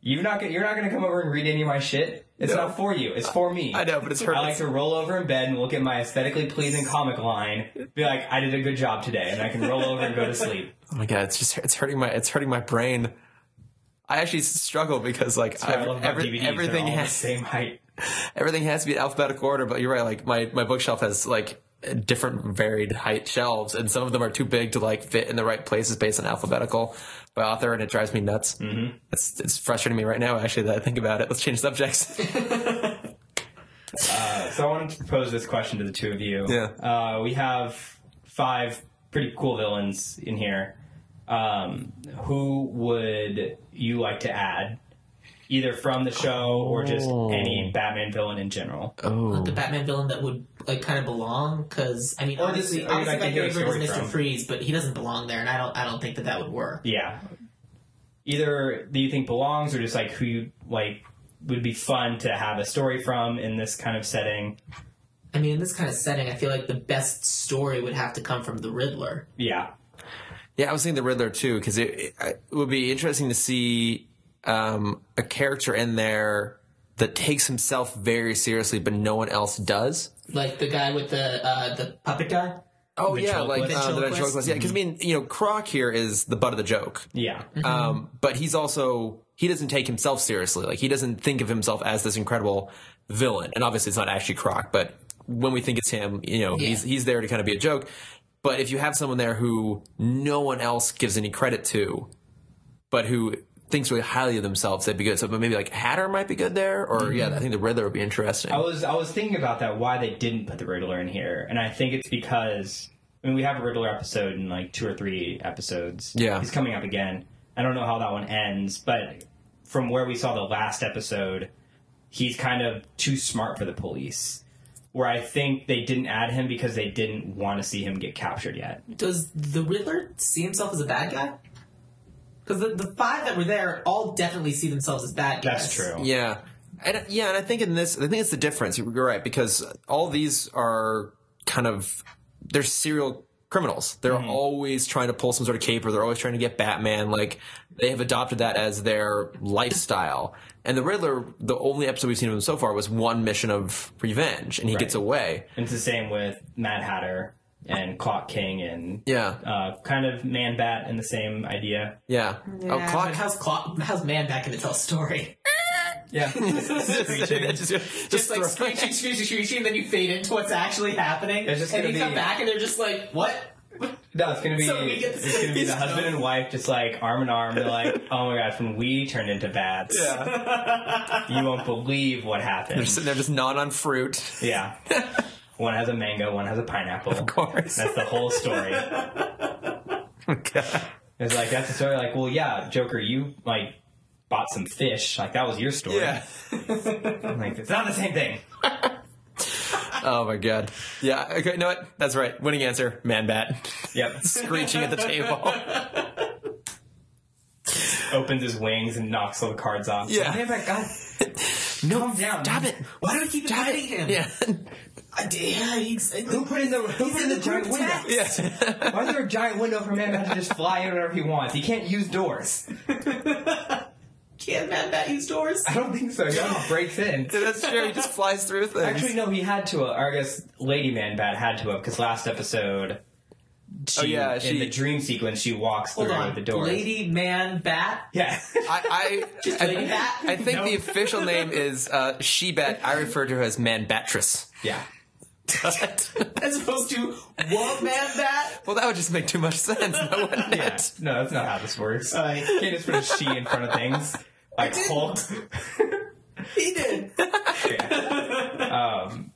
Speaker 2: You not gonna, you're not gonna come over and read any of my shit. It's
Speaker 1: No.
Speaker 2: not for you. It's for me.
Speaker 1: I know, but it's
Speaker 2: I
Speaker 1: hurting.
Speaker 2: like to roll over in bed and look at my aesthetically pleasing comic line, be like, I did a good job today, and I can roll over and go to sleep.
Speaker 1: oh my god, it's just it's hurting my it's hurting my brain. I actually struggle because like
Speaker 2: That's why
Speaker 1: I-
Speaker 2: I love about
Speaker 1: every,
Speaker 2: DVDs.
Speaker 1: everything
Speaker 2: They're all the
Speaker 1: has
Speaker 2: same height.
Speaker 1: everything has to be in alphabetical order. But you're right, like my my bookshelf has like different varied height shelves, and some of them are too big to like fit in the right places based on alphabetical by author, and it drives me nuts. Mm-hmm. It's it's frustrating me right now actually that I think about it. Let's change subjects.
Speaker 2: Uh, So I wanted to propose this question to the two of you.
Speaker 1: Yeah.
Speaker 2: Uh, we have five pretty cool villains in here. Um, who would you like to add, either from the show or just
Speaker 1: Oh.
Speaker 2: any Batman villain in general?
Speaker 1: oh,
Speaker 3: the Batman villain that would like kind of belong because I mean
Speaker 2: Or just-
Speaker 3: obviously,
Speaker 2: or
Speaker 3: obviously
Speaker 2: like
Speaker 3: my
Speaker 2: they hear a
Speaker 3: favorite is
Speaker 2: story
Speaker 3: Mister
Speaker 2: from.
Speaker 3: Freeze, but he doesn't belong there, and I don't I don't think that that would work.
Speaker 2: Yeah. Either that you think belongs, or just like who you like would be fun to have a story from in this kind of setting.
Speaker 3: I mean, in this kind of setting, I feel like the best story would have to come from the Riddler.
Speaker 2: Yeah.
Speaker 1: Yeah, I was thinking the Riddler too because it, it- it would be interesting to see um, a character in there that takes himself very seriously, but no one else does.
Speaker 3: Like the guy with the uh, the puppet guy.
Speaker 1: Oh yeah, like uh,
Speaker 3: Ventriloquist.
Speaker 1: the ventriloquist. Yeah, because I mean, you know, Croc here is the butt of the joke,
Speaker 2: Yeah.
Speaker 1: um, but he's also he doesn't take himself seriously. Like he doesn't think of himself as this incredible villain. And obviously, it's not actually Croc, but when we think it's him, you know, he's he's there to kind of be a joke. But if you have someone there who no one else gives any credit to, but who thinks really highly of themselves, they'd be good. So maybe like Hatter might be good there, or yeah, I think the Riddler would be interesting.
Speaker 2: I was I was thinking about that why they didn't put the Riddler in here, and I think it's because I mean we have a Riddler episode in like two or three episodes.
Speaker 1: Yeah.
Speaker 2: he's coming up again. I don't know how that one ends, but from where we saw the last episode, he's kind of too smart for the police. Where I think they didn't add him because they didn't want to see him get captured yet.
Speaker 3: Does the Riddler see himself as a bad guy? Because the, the five that were there all definitely see themselves as bad guys.
Speaker 2: That's true.
Speaker 1: Yeah, and yeah, and I think in this, I think it's the difference. You're right because all these are kind of they're serial criminals. They're always trying to pull some sort of caper. They're always trying to get Batman. Like they have adopted that as their lifestyle. And the Riddler, the only episode we've seen of him so far was one mission of revenge, and he gets away.
Speaker 2: And it's the same with Mad Hatter and Clock King and
Speaker 1: Yeah,
Speaker 2: uh, kind of Man Bat and the same idea.
Speaker 1: yeah.
Speaker 3: Yeah,
Speaker 1: oh,
Speaker 3: but
Speaker 1: clock.
Speaker 3: how's clock? How's man back in the tell story?
Speaker 2: Yeah,
Speaker 1: That just,
Speaker 3: Just like
Speaker 1: throw-
Speaker 3: screeching, screeching, screeching, and then you fade into what's actually happening,
Speaker 2: It's just
Speaker 3: and you
Speaker 2: gonna
Speaker 3: come
Speaker 2: be-
Speaker 3: back, and they're just like, "What?"
Speaker 2: No, it's gonna be
Speaker 3: So we get to
Speaker 2: it's gonna be
Speaker 3: see
Speaker 2: the husband and wife just like arm in arm. They're like, oh my gosh, when we turned into bats, you won't believe what
Speaker 1: They're
Speaker 2: happened.
Speaker 1: sitting there just gnawing on fruit.
Speaker 2: Yeah, one has a mango, one has a pineapple. Of
Speaker 1: course.
Speaker 2: that's the whole story.
Speaker 1: God.
Speaker 2: It's like that's the story. Like, well, yeah, Joker, you like bought some fish. Like that was your story.
Speaker 1: Yeah.
Speaker 2: I'm like it's not the same thing.
Speaker 1: Oh my god. Yeah. Okay. You know what? That's right. Winning answer. Man bat
Speaker 2: Yep,
Speaker 1: screeching at the table.
Speaker 2: opens his wings and knocks all the cards off.
Speaker 1: Yeah.
Speaker 2: Man Bat, God,
Speaker 1: No.
Speaker 2: calm down.
Speaker 1: Stop it.
Speaker 3: Why do we keep
Speaker 1: Stop it.
Speaker 3: inviting him?
Speaker 1: Yeah.
Speaker 3: I did- yeah, he's,
Speaker 2: Who put in the who put in the giant
Speaker 3: group
Speaker 2: window?
Speaker 3: text.
Speaker 1: Yeah.
Speaker 2: Why is there a giant window for Man Bat to just fly in whenever he wants? He can't use doors.
Speaker 3: Can't man bat use doors?
Speaker 2: I don't think so. He always breaks in.
Speaker 1: That's true. He just flies through things.
Speaker 2: Actually, no, he had to. uh, Or I guess Lady Man Bat had to have because last episode, she,
Speaker 1: Oh, yeah,
Speaker 2: in
Speaker 1: she-
Speaker 2: the dream sequence, she walks
Speaker 3: Hold
Speaker 2: through
Speaker 3: on,
Speaker 2: the door.
Speaker 3: Lady Man Bat.
Speaker 2: Yeah,
Speaker 1: I I,
Speaker 3: Lady
Speaker 1: I,
Speaker 3: Bat.
Speaker 1: I think the official name is uh, she bat. I refer to her as man batress.
Speaker 2: yeah.
Speaker 3: as opposed to Wolf Man Bat.
Speaker 1: well, that would just make too much sense. No, wouldn't it?
Speaker 2: Yeah. No, that's not how this works.
Speaker 3: Sorry.
Speaker 2: you can't just put a she in front of things. Like
Speaker 3: didn't.
Speaker 2: Hulk.
Speaker 3: He did.
Speaker 2: Um,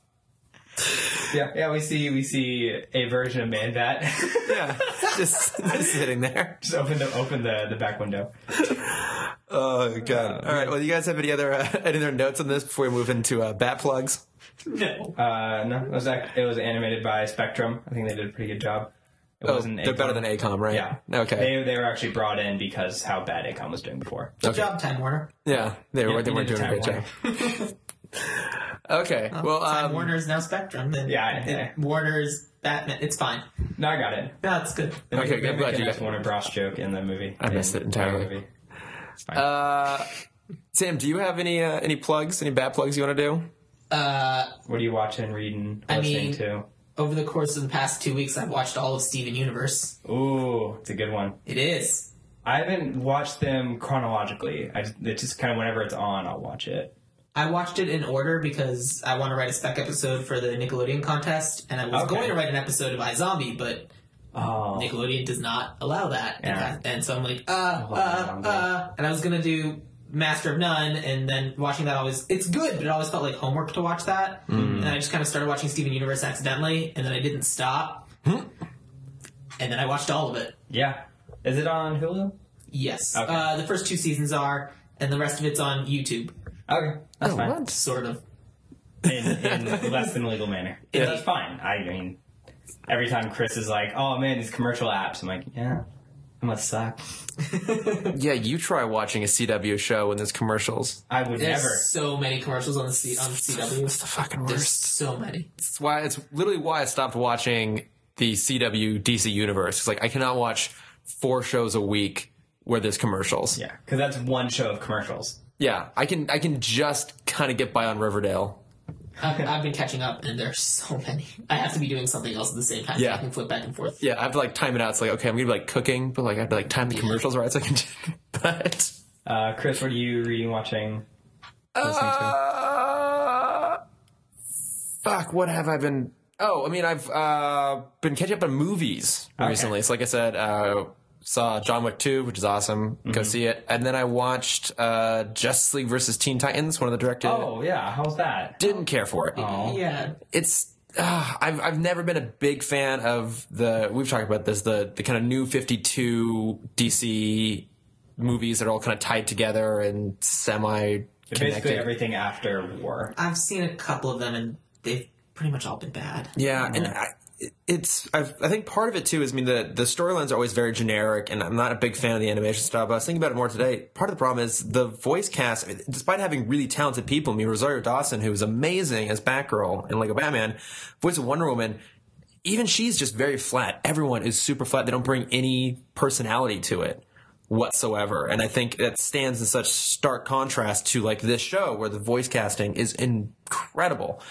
Speaker 2: yeah, yeah. We see we see a version of Man Bat.
Speaker 1: Yeah. Just, just sitting there.
Speaker 2: just open the open the, the back window.
Speaker 1: Oh god. All right. Well, you guys have any other uh, any other notes on this before we move into uh, bat plugs?
Speaker 3: No.
Speaker 2: Uh, no, it was act- it was animated by Spectrum. I think they did a pretty good job. It
Speaker 1: Oh,
Speaker 2: wasn't
Speaker 1: they're better than Acom, right?
Speaker 2: Yeah.
Speaker 1: Okay.
Speaker 2: They they were actually brought in because how bad Acom was doing before.
Speaker 3: Good job, Time Warner.
Speaker 1: Yeah, they were, they
Speaker 2: you
Speaker 1: weren't
Speaker 2: did
Speaker 1: doing a
Speaker 2: the
Speaker 1: great job. okay, well,
Speaker 3: Time
Speaker 1: um,
Speaker 3: Warner is now Spectrum. And,
Speaker 2: Yeah, I-
Speaker 3: and Warner's Batman. It's fine.
Speaker 2: No, I got it.
Speaker 3: No, it's good.
Speaker 1: Okay,
Speaker 2: Maybe
Speaker 1: I'm glad
Speaker 2: we can
Speaker 1: you
Speaker 2: ask
Speaker 1: got-
Speaker 2: Warner Bros. joke in the movie. I
Speaker 1: missed it entirely.
Speaker 2: Movie.
Speaker 1: uh, Sam, do you have any uh, any plugs? Any bad plugs you want to do?
Speaker 2: What are you watching, reading,
Speaker 3: I
Speaker 2: listening
Speaker 3: mean- Uh, Over the course of the past two weeks, I've watched all of Steven Universe.
Speaker 2: to? Ooh, it's a good one.
Speaker 3: It is.
Speaker 2: I haven't watched them chronologically. I just, it's just kind of whenever it's on, I'll watch it.
Speaker 3: I watched it in order because I want to write a spec episode for the Nickelodeon contest, and I was
Speaker 2: Okay.
Speaker 3: going to write an episode of iZombie, but
Speaker 2: Oh,
Speaker 3: Nickelodeon does not allow that. And
Speaker 2: Yeah.
Speaker 3: that- And so I'm like, uh,
Speaker 2: love
Speaker 3: uh,
Speaker 2: that.
Speaker 3: uh. And I was going to do Master of None, and then watching that always, it's good, but it always felt like homework to watch that.
Speaker 2: Mm.
Speaker 3: And I just kind of started watching Steven Universe accidentally, and then I didn't stop.
Speaker 2: Hmm.
Speaker 3: and then I watched all of it.
Speaker 2: yeah. Is it on Hulu?
Speaker 3: Yes.
Speaker 2: Okay.
Speaker 3: Uh, the first two seasons are, and the rest of it's on YouTube,
Speaker 2: Okay, that's fine.
Speaker 3: sort of.
Speaker 2: In, in less than legal manner. Yeah, that's fine. I mean, every time Chris is like, "Oh man, these commercial apps," I'm like, "Yeah, I must suck."
Speaker 1: Yeah, you try watching a CW show when there's commercials.
Speaker 2: I would
Speaker 3: There's
Speaker 2: never.
Speaker 3: so many commercials on the C- on
Speaker 1: It's the
Speaker 3: CW.
Speaker 1: fucking
Speaker 3: There's
Speaker 1: worst.
Speaker 3: so many.
Speaker 1: It's why it's literally why I stopped watching the CW DC universe. It's like I cannot watch four shows a week where there's commercials.
Speaker 2: Yeah, because that's one show of commercials.
Speaker 1: Yeah, I can I can just kind of get by on Riverdale.
Speaker 3: I've, I've been catching up, and there's so many. I have to be doing something else at the same time. so
Speaker 1: Yeah.
Speaker 3: I can flip back and forth.
Speaker 1: Yeah, I have to like time it out. It's like okay, I'm gonna be like cooking, but like I have to like time the commercials right so I can. but
Speaker 2: Uh, Chris, what are you reading, watching? Listening to?
Speaker 1: Uh, fuck, what have I been? Oh, I mean, I've uh, been catching up on movies recently. So, like I said, uh, saw John Wick 2, which is awesome.
Speaker 2: Mm-hmm.
Speaker 1: Go see it. And then I watched uh, Justice League versus Teen Titans, one of the directed.
Speaker 2: Oh yeah, how's that?
Speaker 1: Didn't care for it.
Speaker 3: Yeah.
Speaker 1: It's. Uh, I've I've never been a big fan of the we've talked about this the the kind of new 52 DC movies that are all kind of tied together and semi
Speaker 2: Basically
Speaker 1: connected.
Speaker 2: everything after war.
Speaker 3: I've seen a couple of them, and they've pretty much all been bad.
Speaker 1: Yeah, and I, it's I've, I think part of it too is I mean the the storylines are always very generic, and I'm not a big fan of the animation style. But I was thinking about it more today. Part of the problem is the voice cast, I mean, despite having really talented people. I mean Rosario Dawson, who is amazing as Batgirl and Lego Batman, voice of Wonder Woman. Even she's just very flat. Everyone is super flat. They don't bring any personality to it whatsoever. And I think that stands in such stark contrast to like this show where the voice casting is incredible.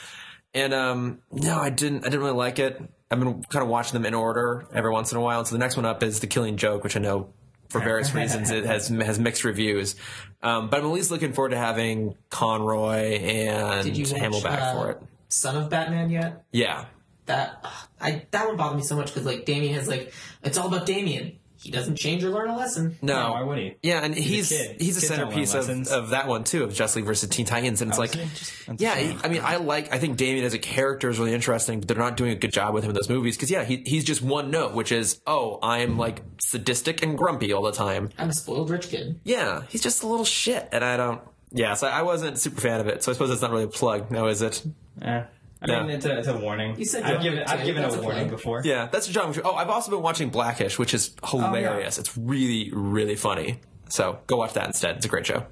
Speaker 1: And um, no, I didn't. I didn't really like it. I've been kind of watching them in order every once in a while. So the next one up is The Killing Joke, which I know for various reasons it has has mixed reviews. Um, but I'm at least looking forward to having Conroy and
Speaker 3: Did you watch,
Speaker 1: Hamill back
Speaker 3: uh,
Speaker 1: for it.
Speaker 3: Son of Batman yet?
Speaker 1: Yeah,
Speaker 3: That ugh, I that one bothered me so much because like Damien has like it's all about Damien. He doesn't change or learn a lesson.
Speaker 1: no,
Speaker 2: why would he?
Speaker 1: Oh. Yeah, and he's he's,
Speaker 2: kid.
Speaker 1: a
Speaker 2: Kids don't learn
Speaker 1: centerpiece of,
Speaker 2: lessons. Oh,
Speaker 1: of that one too, of Justly versus Teen Titans, and it's like,
Speaker 2: That's
Speaker 1: yeah,
Speaker 2: a shame.
Speaker 1: he- I mean, I like, I think Damien as a character is really interesting, but they're not doing a good job with him in those movies because yeah, he, he's just one note, which is, oh, I'm like sadistic and grumpy all the time.
Speaker 3: I'm a spoiled rich kid.
Speaker 1: Yeah, he's just a little shit, and I don't. Yeah, so I wasn't super fan of it. So I suppose it's not really a plug, now is it?
Speaker 2: Eh. I
Speaker 1: No.
Speaker 2: mean, it's a, it's a warning.
Speaker 3: You said
Speaker 2: I've
Speaker 3: John
Speaker 2: given,
Speaker 3: Wick
Speaker 2: I've
Speaker 3: too.
Speaker 2: given
Speaker 3: That's
Speaker 2: a
Speaker 3: a
Speaker 2: warning
Speaker 3: plug.
Speaker 2: before.
Speaker 1: Yeah, that's a John. Wick- Oh, I've also been watching Blackish, which is
Speaker 2: Oh,
Speaker 1: hilarious. It's really, really funny. So go watch that instead. It's a great show.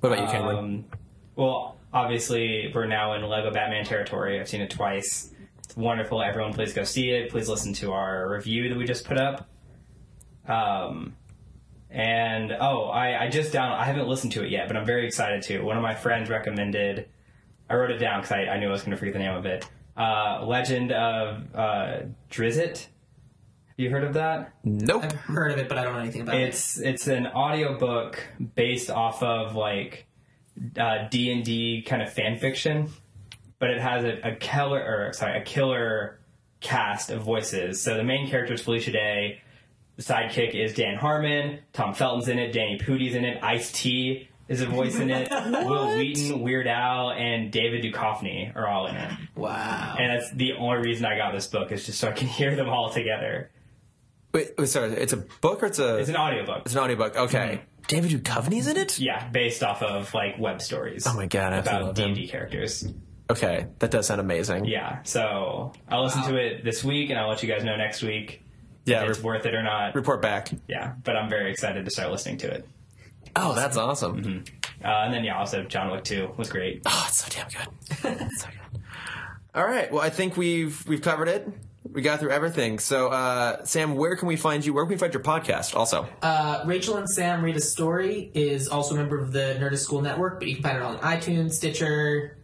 Speaker 1: What about you, Cameron?
Speaker 2: Um, well, obviously, we're now in Lego Batman territory. I've seen it twice. It's wonderful. Everyone, please go see it. Please listen to our review that we just put up. Um, and oh, I, I just down. I haven't listened to it yet, but I'm very excited to. One of my friends recommended. I wrote it down because I, I knew I was going to forget the name of it. Uh, Legend of uh, Drizzt. Have you heard of that?
Speaker 1: nope.
Speaker 3: I've heard of it, but I don't know anything about it.
Speaker 2: It's it's an audiobook based off of like uh, D and D kind of fan fiction, but it has a, a killer or sorry a killer cast of voices. So the main character is Felicia Day. The sidekick is Dan Harmon. Tom Felton's in it. Danny Pooty's in it. Ice T is a voice in it. Will Wheaton, Weird Al, and David Duchovny are all in it.
Speaker 3: Wow.
Speaker 2: And that's the only reason I got this book is just so I can hear them all together.
Speaker 1: Wait, wait, sorry, it's a book or it's a
Speaker 2: It's Mm-hmm.
Speaker 1: it's an,
Speaker 2: an audiobook.
Speaker 1: audiobook. Okay, David Duchovny's in it.
Speaker 2: Yeah, based off of like web stories.
Speaker 1: Oh my God, I absolutely
Speaker 2: about
Speaker 1: love
Speaker 2: D
Speaker 1: him.
Speaker 2: and D characters.
Speaker 1: Okay, that does sound amazing.
Speaker 2: Yeah, so I'll listen to it this week, and I'll let you guys know next week
Speaker 1: yeah.
Speaker 2: if it's
Speaker 1: re-
Speaker 2: worth it or not.
Speaker 1: report back.
Speaker 2: Yeah, but I'm very excited to start listening to it.
Speaker 1: Oh, that's awesome.
Speaker 2: Uh, and then yeah, also John Wick Two was great.
Speaker 1: Oh, it's so damn good. It's so good. All right. Well, I think we've we've covered it. We got through everything. So, uh, Sam, where can we find you? Where can we find your podcast? Also,
Speaker 3: Uh, Rachel and Sam Read a Story is also a member of the Nerdist School Network, but you can find it on iTunes, Stitcher,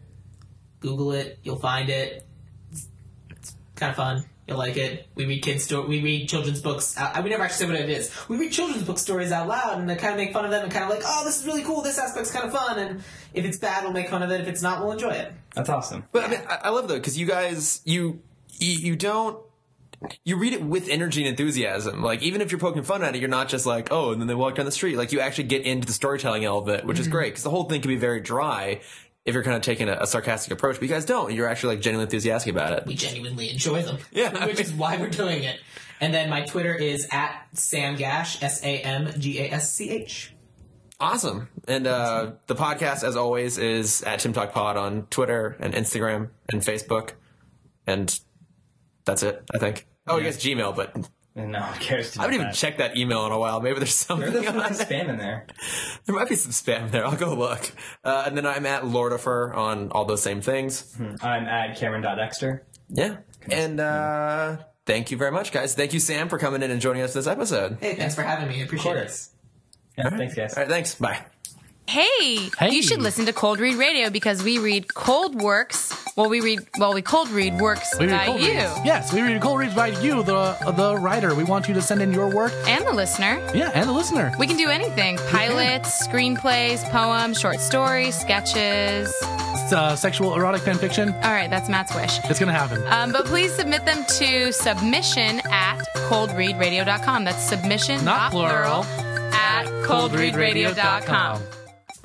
Speaker 3: Google it, you'll find it. It's, kind of fun. You'll like it. We read kids' sto- we read children's books. Out- we never actually say what it is. We read children's book stories out loud, and they kind of make fun of them, and kind of like, oh, this is really cool. This aspect's kind of fun, and if it's bad, we'll make fun of it. If it's not, we'll enjoy it.
Speaker 2: That's awesome.
Speaker 1: but I, mean, I, I love though because you guys, you, you you don't you read it with energy and enthusiasm. Like even if you're poking fun at it, you're not just like oh, and then they walk down the street. Like you actually get into the storytelling element, which is great because the whole thing can be very dry if you're kind of taking a, a sarcastic approach. But you guys don't. You're actually like genuinely enthusiastic about it.
Speaker 3: we genuinely enjoy them.
Speaker 1: Yeah,
Speaker 3: which
Speaker 1: I
Speaker 3: is why we're doing it. And then my Twitter is at Sam Gash, S A M G A S C H.
Speaker 1: Awesome. And uh, the podcast, as always, is at Tim Talk Pod on Twitter and Instagram and Facebook. And that's it, I think. Oh, I guess Gmail, but
Speaker 2: No one cares. To
Speaker 1: I haven't even checked that email in a while. Maybe there's something
Speaker 2: There's
Speaker 1: on there.
Speaker 2: spam in there.
Speaker 1: There might be some spam there. I'll go look. Uh, and then I'm at Lordifer on all those same things.
Speaker 2: I'm at Cameron.Dexter.
Speaker 1: Yeah. And uh, thank you very much, guys. Thank you, Sam, for coming in and joining us this episode.
Speaker 3: Hey, thanks for having me. I appreciate
Speaker 2: Of
Speaker 3: it.
Speaker 2: course. Yeah, Thanks, guys.
Speaker 1: All right, thanks. Bye.
Speaker 5: Hey,
Speaker 6: Hey.
Speaker 5: you should listen to Cold Read Radio because we read cold works. Well, we read well, we cold read works
Speaker 6: We read
Speaker 5: by
Speaker 6: cold
Speaker 5: you
Speaker 6: reads. Yes, we read cold reads by you, the the writer. We want you to send in your work.
Speaker 5: and the listener.
Speaker 6: Yeah, and the listener.
Speaker 5: We can do anything: pilots, screenplays, poems, short stories, sketches.
Speaker 6: It's, uh, sexual erotic fan fiction.
Speaker 5: All right, that's Matt's wish.
Speaker 6: It's gonna happen.
Speaker 5: Um, but please submit them to submission at coldreadradio.com. That's submission,
Speaker 6: Not plural.
Speaker 5: at coldreadradio.com.